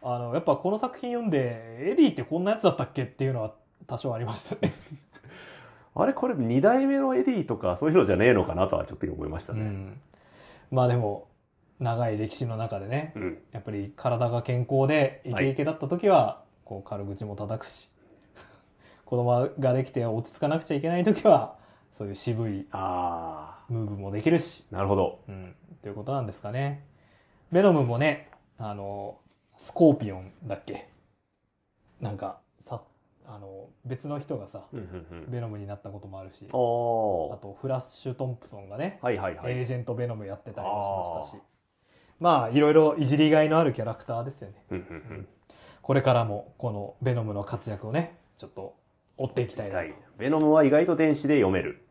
[SPEAKER 1] あの、やっぱこの作品読んで、エリーってこんなやつだったっけっていうのは多少ありましたね。
[SPEAKER 2] あれこれ2代目のエリーとかそういうのじゃねえのかなとはちょっぴり思いました
[SPEAKER 1] う
[SPEAKER 2] ね
[SPEAKER 1] ん。まあでも、長い歴史の中でね、
[SPEAKER 2] うん、
[SPEAKER 1] やっぱり体が健康でイケイケだった時は、こう軽口も叩くし、 子供ができて落ち着かなくちゃいけない時は、そういう渋い
[SPEAKER 2] あ
[SPEAKER 1] ムーブもできるし、
[SPEAKER 2] あなるほど
[SPEAKER 1] うん、ということなんですかね。ベノムもね、あの、スコーピオンだっけなんか、さ、あの、別の人がさ、
[SPEAKER 2] うんうん
[SPEAKER 1] ベノムになったこともあるし、
[SPEAKER 2] うん
[SPEAKER 1] あ
[SPEAKER 2] お
[SPEAKER 1] とフラッシュ・トンプソンがね、
[SPEAKER 2] はいはいはい、
[SPEAKER 1] エージェント・ベノムやってたりもしましたし、まあ、いろいろいじりがいのあるキャラクターですよね。
[SPEAKER 2] うんうんうん
[SPEAKER 1] これからもこのベノムの活躍をね、ちょっと追っていきたいなと。
[SPEAKER 2] はいベノムは意外と電子で読める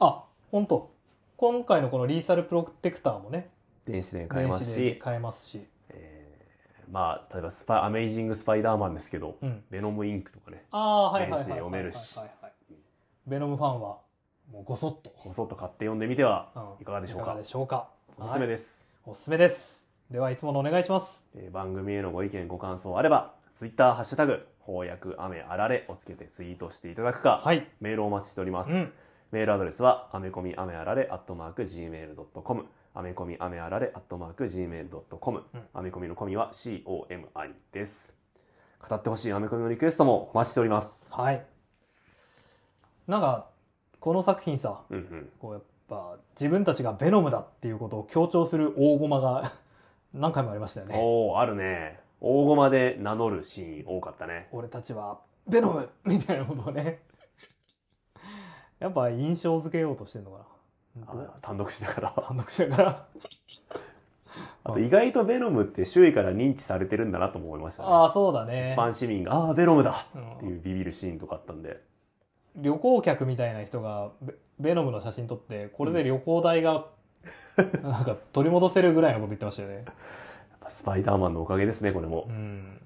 [SPEAKER 1] あ、本当今回のこのリーサルプロテクターもね、
[SPEAKER 2] 電子で買えます
[SPEAKER 1] 電子
[SPEAKER 2] し
[SPEAKER 1] で、買えますし。
[SPEAKER 2] まあ、例えばスパイ、アメイジング・スパイダーマンですけど、
[SPEAKER 1] うん。
[SPEAKER 2] ベノム・インクとかね、
[SPEAKER 1] ああー、はいはいはい
[SPEAKER 2] 電子で
[SPEAKER 1] はいはい
[SPEAKER 2] 読めるし
[SPEAKER 1] はいはいベノムファンは、もうごそっと。
[SPEAKER 2] こそっと買って読んでみては
[SPEAKER 1] うん
[SPEAKER 2] いかがでしょう
[SPEAKER 1] い
[SPEAKER 2] か。
[SPEAKER 1] かがでしょうか。
[SPEAKER 2] おすすめ
[SPEAKER 1] はい
[SPEAKER 2] です、
[SPEAKER 1] おすすめです。では、いつものお願いします。
[SPEAKER 2] えー番組へのご意見、ご感想あれば、ツイッター、ハッシュタグ、翻訳、雨、あられをつけてツイートしていただくか、
[SPEAKER 1] はい。
[SPEAKER 2] メールをお待ちしております。
[SPEAKER 1] うん。
[SPEAKER 2] メールアドレスは、アメコミ、アメあられ、アットマーク、gmail.com。アメコミ、アメあられ、アットマーク、gmail.com
[SPEAKER 1] うん。
[SPEAKER 2] アメコミのコミは COMI です。語ってほしいアメコミのリクエストもお待ちしております。
[SPEAKER 1] はい。なんか、この作品さ、
[SPEAKER 2] うんうん。
[SPEAKER 1] こうやっぱ自分たちがベノムだっていうことを強調する大駒が 何回もありましたよね。
[SPEAKER 2] おおあるね大駒で名乗るシーン多かったね
[SPEAKER 1] 俺たちはベノム みたいなことをね。やっぱ印象付けようとしてんのかな。本
[SPEAKER 2] あ単独誌だから
[SPEAKER 1] 当単独者 から。
[SPEAKER 2] あと意外とベノムって周囲から認知されてるんだなとも思いましたね
[SPEAKER 1] ああ、そうだね
[SPEAKER 2] 一。般市民が「ああーベノムだ!」って
[SPEAKER 1] う
[SPEAKER 2] い
[SPEAKER 1] ん
[SPEAKER 2] うビビるシーンとかあったんで
[SPEAKER 1] 旅行客みたいな人がベベノムの写真撮って、これで旅行代が なんか取り戻せるぐらいのこと言ってましたよね。
[SPEAKER 2] やっぱスパイダーマンのおかげですねこれも
[SPEAKER 1] う、ん。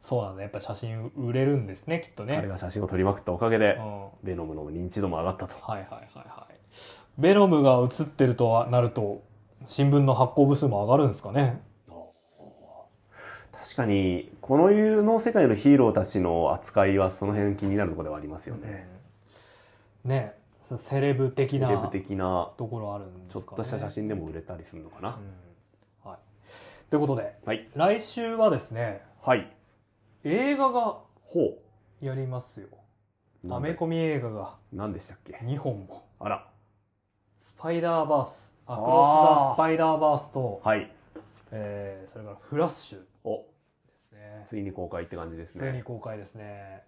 [SPEAKER 1] そうなんだ。やっぱ写真売れるんですね、きっとね。
[SPEAKER 2] 彼が写真を撮りまくったおかげで
[SPEAKER 1] うん
[SPEAKER 2] ベノムの認知度も上がったと
[SPEAKER 1] はいはいはいはい。ベノムが映ってるとはなると、新聞の発行部数も上がるんですかね。
[SPEAKER 2] 確かにこの世の世界のヒーローたちの扱いはその辺気になるところではありますよね、
[SPEAKER 1] ねそうセレブ的
[SPEAKER 2] セレブ
[SPEAKER 1] な
[SPEAKER 2] 的な
[SPEAKER 1] ところあるんで
[SPEAKER 2] ちょっ
[SPEAKER 1] すかね。
[SPEAKER 2] とした写真でも売れたりするのかな、
[SPEAKER 1] うん。はい。ということで、
[SPEAKER 2] はい
[SPEAKER 1] 来週はですね、
[SPEAKER 2] はい
[SPEAKER 1] 映画が
[SPEAKER 2] ほ
[SPEAKER 1] やりますよ。
[SPEAKER 2] う
[SPEAKER 1] アメコミ映画が
[SPEAKER 2] 何でしたっけ
[SPEAKER 1] 2本も。
[SPEAKER 2] あら
[SPEAKER 1] スパイダーバース、アクロ
[SPEAKER 2] あ
[SPEAKER 1] ス・
[SPEAKER 2] ー
[SPEAKER 1] ザ・スパイダーバースと、
[SPEAKER 2] はい。
[SPEAKER 1] えーそれからフラッシュ
[SPEAKER 2] お、
[SPEAKER 1] ですね。
[SPEAKER 2] ついに公開って感じです
[SPEAKER 1] ついに
[SPEAKER 2] ね。
[SPEAKER 1] 公開ですね。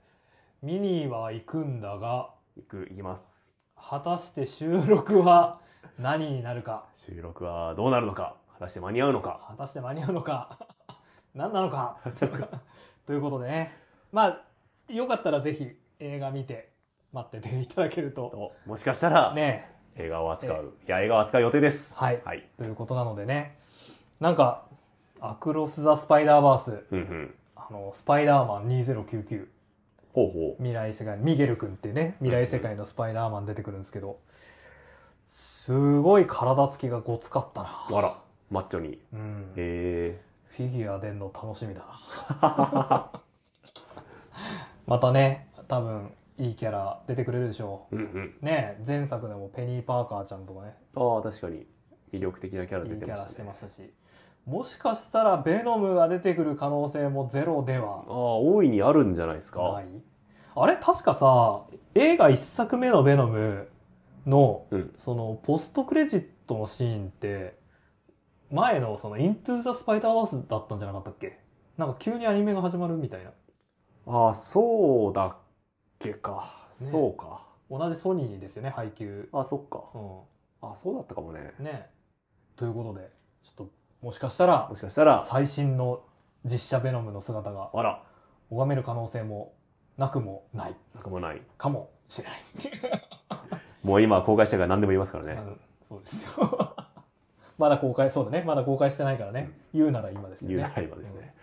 [SPEAKER 1] 見には行くんだが、
[SPEAKER 2] 行く、行きます。
[SPEAKER 1] 果たして収録は何になるか、
[SPEAKER 2] 収録はどうなるのか、果たして間に合うのか。
[SPEAKER 1] 果たして間に合うのか、 何なのか、ということでね。まあ、よかったらぜひ映画見て待ってていただけると。
[SPEAKER 2] と、もしかしたら、
[SPEAKER 1] ね
[SPEAKER 2] 映画を扱う、いや、映画を扱う予定です。
[SPEAKER 1] はい。
[SPEAKER 2] はい。
[SPEAKER 1] ということなのでね。なんか、アクロス・ザ・スパイダーバース、
[SPEAKER 2] うんうん。
[SPEAKER 1] あの、スパイダーマン2099。
[SPEAKER 2] ほうほう。
[SPEAKER 1] 未来世界ミゲル君ってね未来世界のスパイダーマン出てくるんですけどすごい体つきがごつかったな、
[SPEAKER 2] あら、マッチョに。
[SPEAKER 1] うん、フ
[SPEAKER 2] え
[SPEAKER 1] ィギュア出んの楽しみだな またね多分いいキャラ出てくれるでしょ
[SPEAKER 2] えうんうん。
[SPEAKER 1] うねえ前作でもペニー・パーカーちゃんとかね
[SPEAKER 2] ああ、確かに。魅力的なキャラ
[SPEAKER 1] い
[SPEAKER 2] 出
[SPEAKER 1] いキ
[SPEAKER 2] て
[SPEAKER 1] ャ
[SPEAKER 2] ま
[SPEAKER 1] ラし
[SPEAKER 2] してたね。
[SPEAKER 1] ましたしもしかしたらベノムが出てくる可能性もゼロでは
[SPEAKER 2] ああ、大いにあるんじゃないです
[SPEAKER 1] な
[SPEAKER 2] か
[SPEAKER 1] い。あれ確かさ映画1作目の「ベノムの」
[SPEAKER 2] うん
[SPEAKER 1] そのポストクレジットのシーンって前のその「イントゥ・ザ・スパイダーバース」だったんじゃなかったっけなんか急にアニメが始まるみたいな
[SPEAKER 2] ああ、そうだっけか。
[SPEAKER 1] ね
[SPEAKER 2] そうか。
[SPEAKER 1] 同じソニーですよね配給
[SPEAKER 2] あ、そっか。
[SPEAKER 1] うん
[SPEAKER 2] あ、そうだったかもね。
[SPEAKER 1] ねということでちょっともしかしたら
[SPEAKER 2] もしかしたら、
[SPEAKER 1] 最新の実写ベノムの姿が
[SPEAKER 2] あら、
[SPEAKER 1] 拝める可能性もなくもない
[SPEAKER 2] なんかもうない。
[SPEAKER 1] かもしれない
[SPEAKER 2] もう今、公開者が何でも言いますからね
[SPEAKER 1] う。んそうですよ まだ公開そうだねまだ公開してないからね、言うなら今ですよね
[SPEAKER 2] 言うなら今ですね。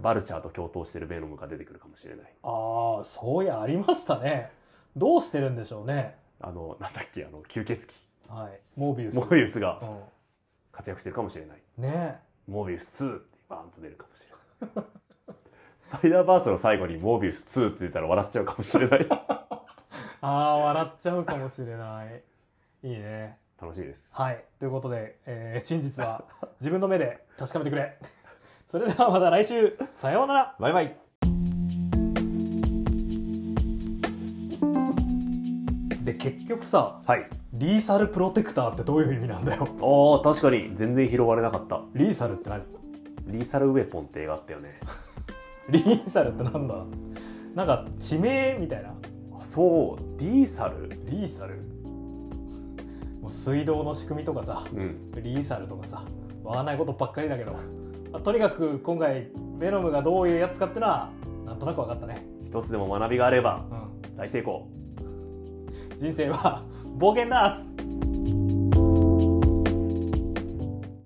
[SPEAKER 2] バルチャーと共闘してるベノムが出てくるかもしれない。
[SPEAKER 1] ああそういやありましたねどうしてるんでしょうね
[SPEAKER 2] あの、なんだっけ、あの、吸血
[SPEAKER 1] はいモービウス
[SPEAKER 2] 鬼。モービウスが
[SPEAKER 1] う
[SPEAKER 2] 活躍してるかもしれない。
[SPEAKER 1] ん、ね
[SPEAKER 2] モービウス2ってバーンと出るかもしれない。スパイダーバースの最後にモービウス2って出たら笑っちゃうかもしれない。
[SPEAKER 1] えああ笑っちゃうかもしれないいいね
[SPEAKER 2] 楽しみです。
[SPEAKER 1] はいということで、えー真実は自分の目で確かめてくれそれではまた来週さようなら
[SPEAKER 2] バイバイ。
[SPEAKER 1] で結局さ
[SPEAKER 2] はい。
[SPEAKER 1] リーサルプロテクターってどういう意味なんだよ
[SPEAKER 2] ああ、確かに全然拾われなかった。
[SPEAKER 1] リーサルって何
[SPEAKER 2] リーサルウェポンって映画あったよね。
[SPEAKER 1] リーサルってなんだなんか地名みたいな
[SPEAKER 2] あそう、リーサル
[SPEAKER 1] リーサルもう水道の仕組みとかさ
[SPEAKER 2] うん。
[SPEAKER 1] リーサルとかさわかんないことばっかりだけど、まあとにかく今回ベノムがどういうやつかってのはなんとなく分かったね、
[SPEAKER 2] 一つでも学びがあれば
[SPEAKER 1] うん、
[SPEAKER 2] 大成功。
[SPEAKER 1] 人生は冒険だ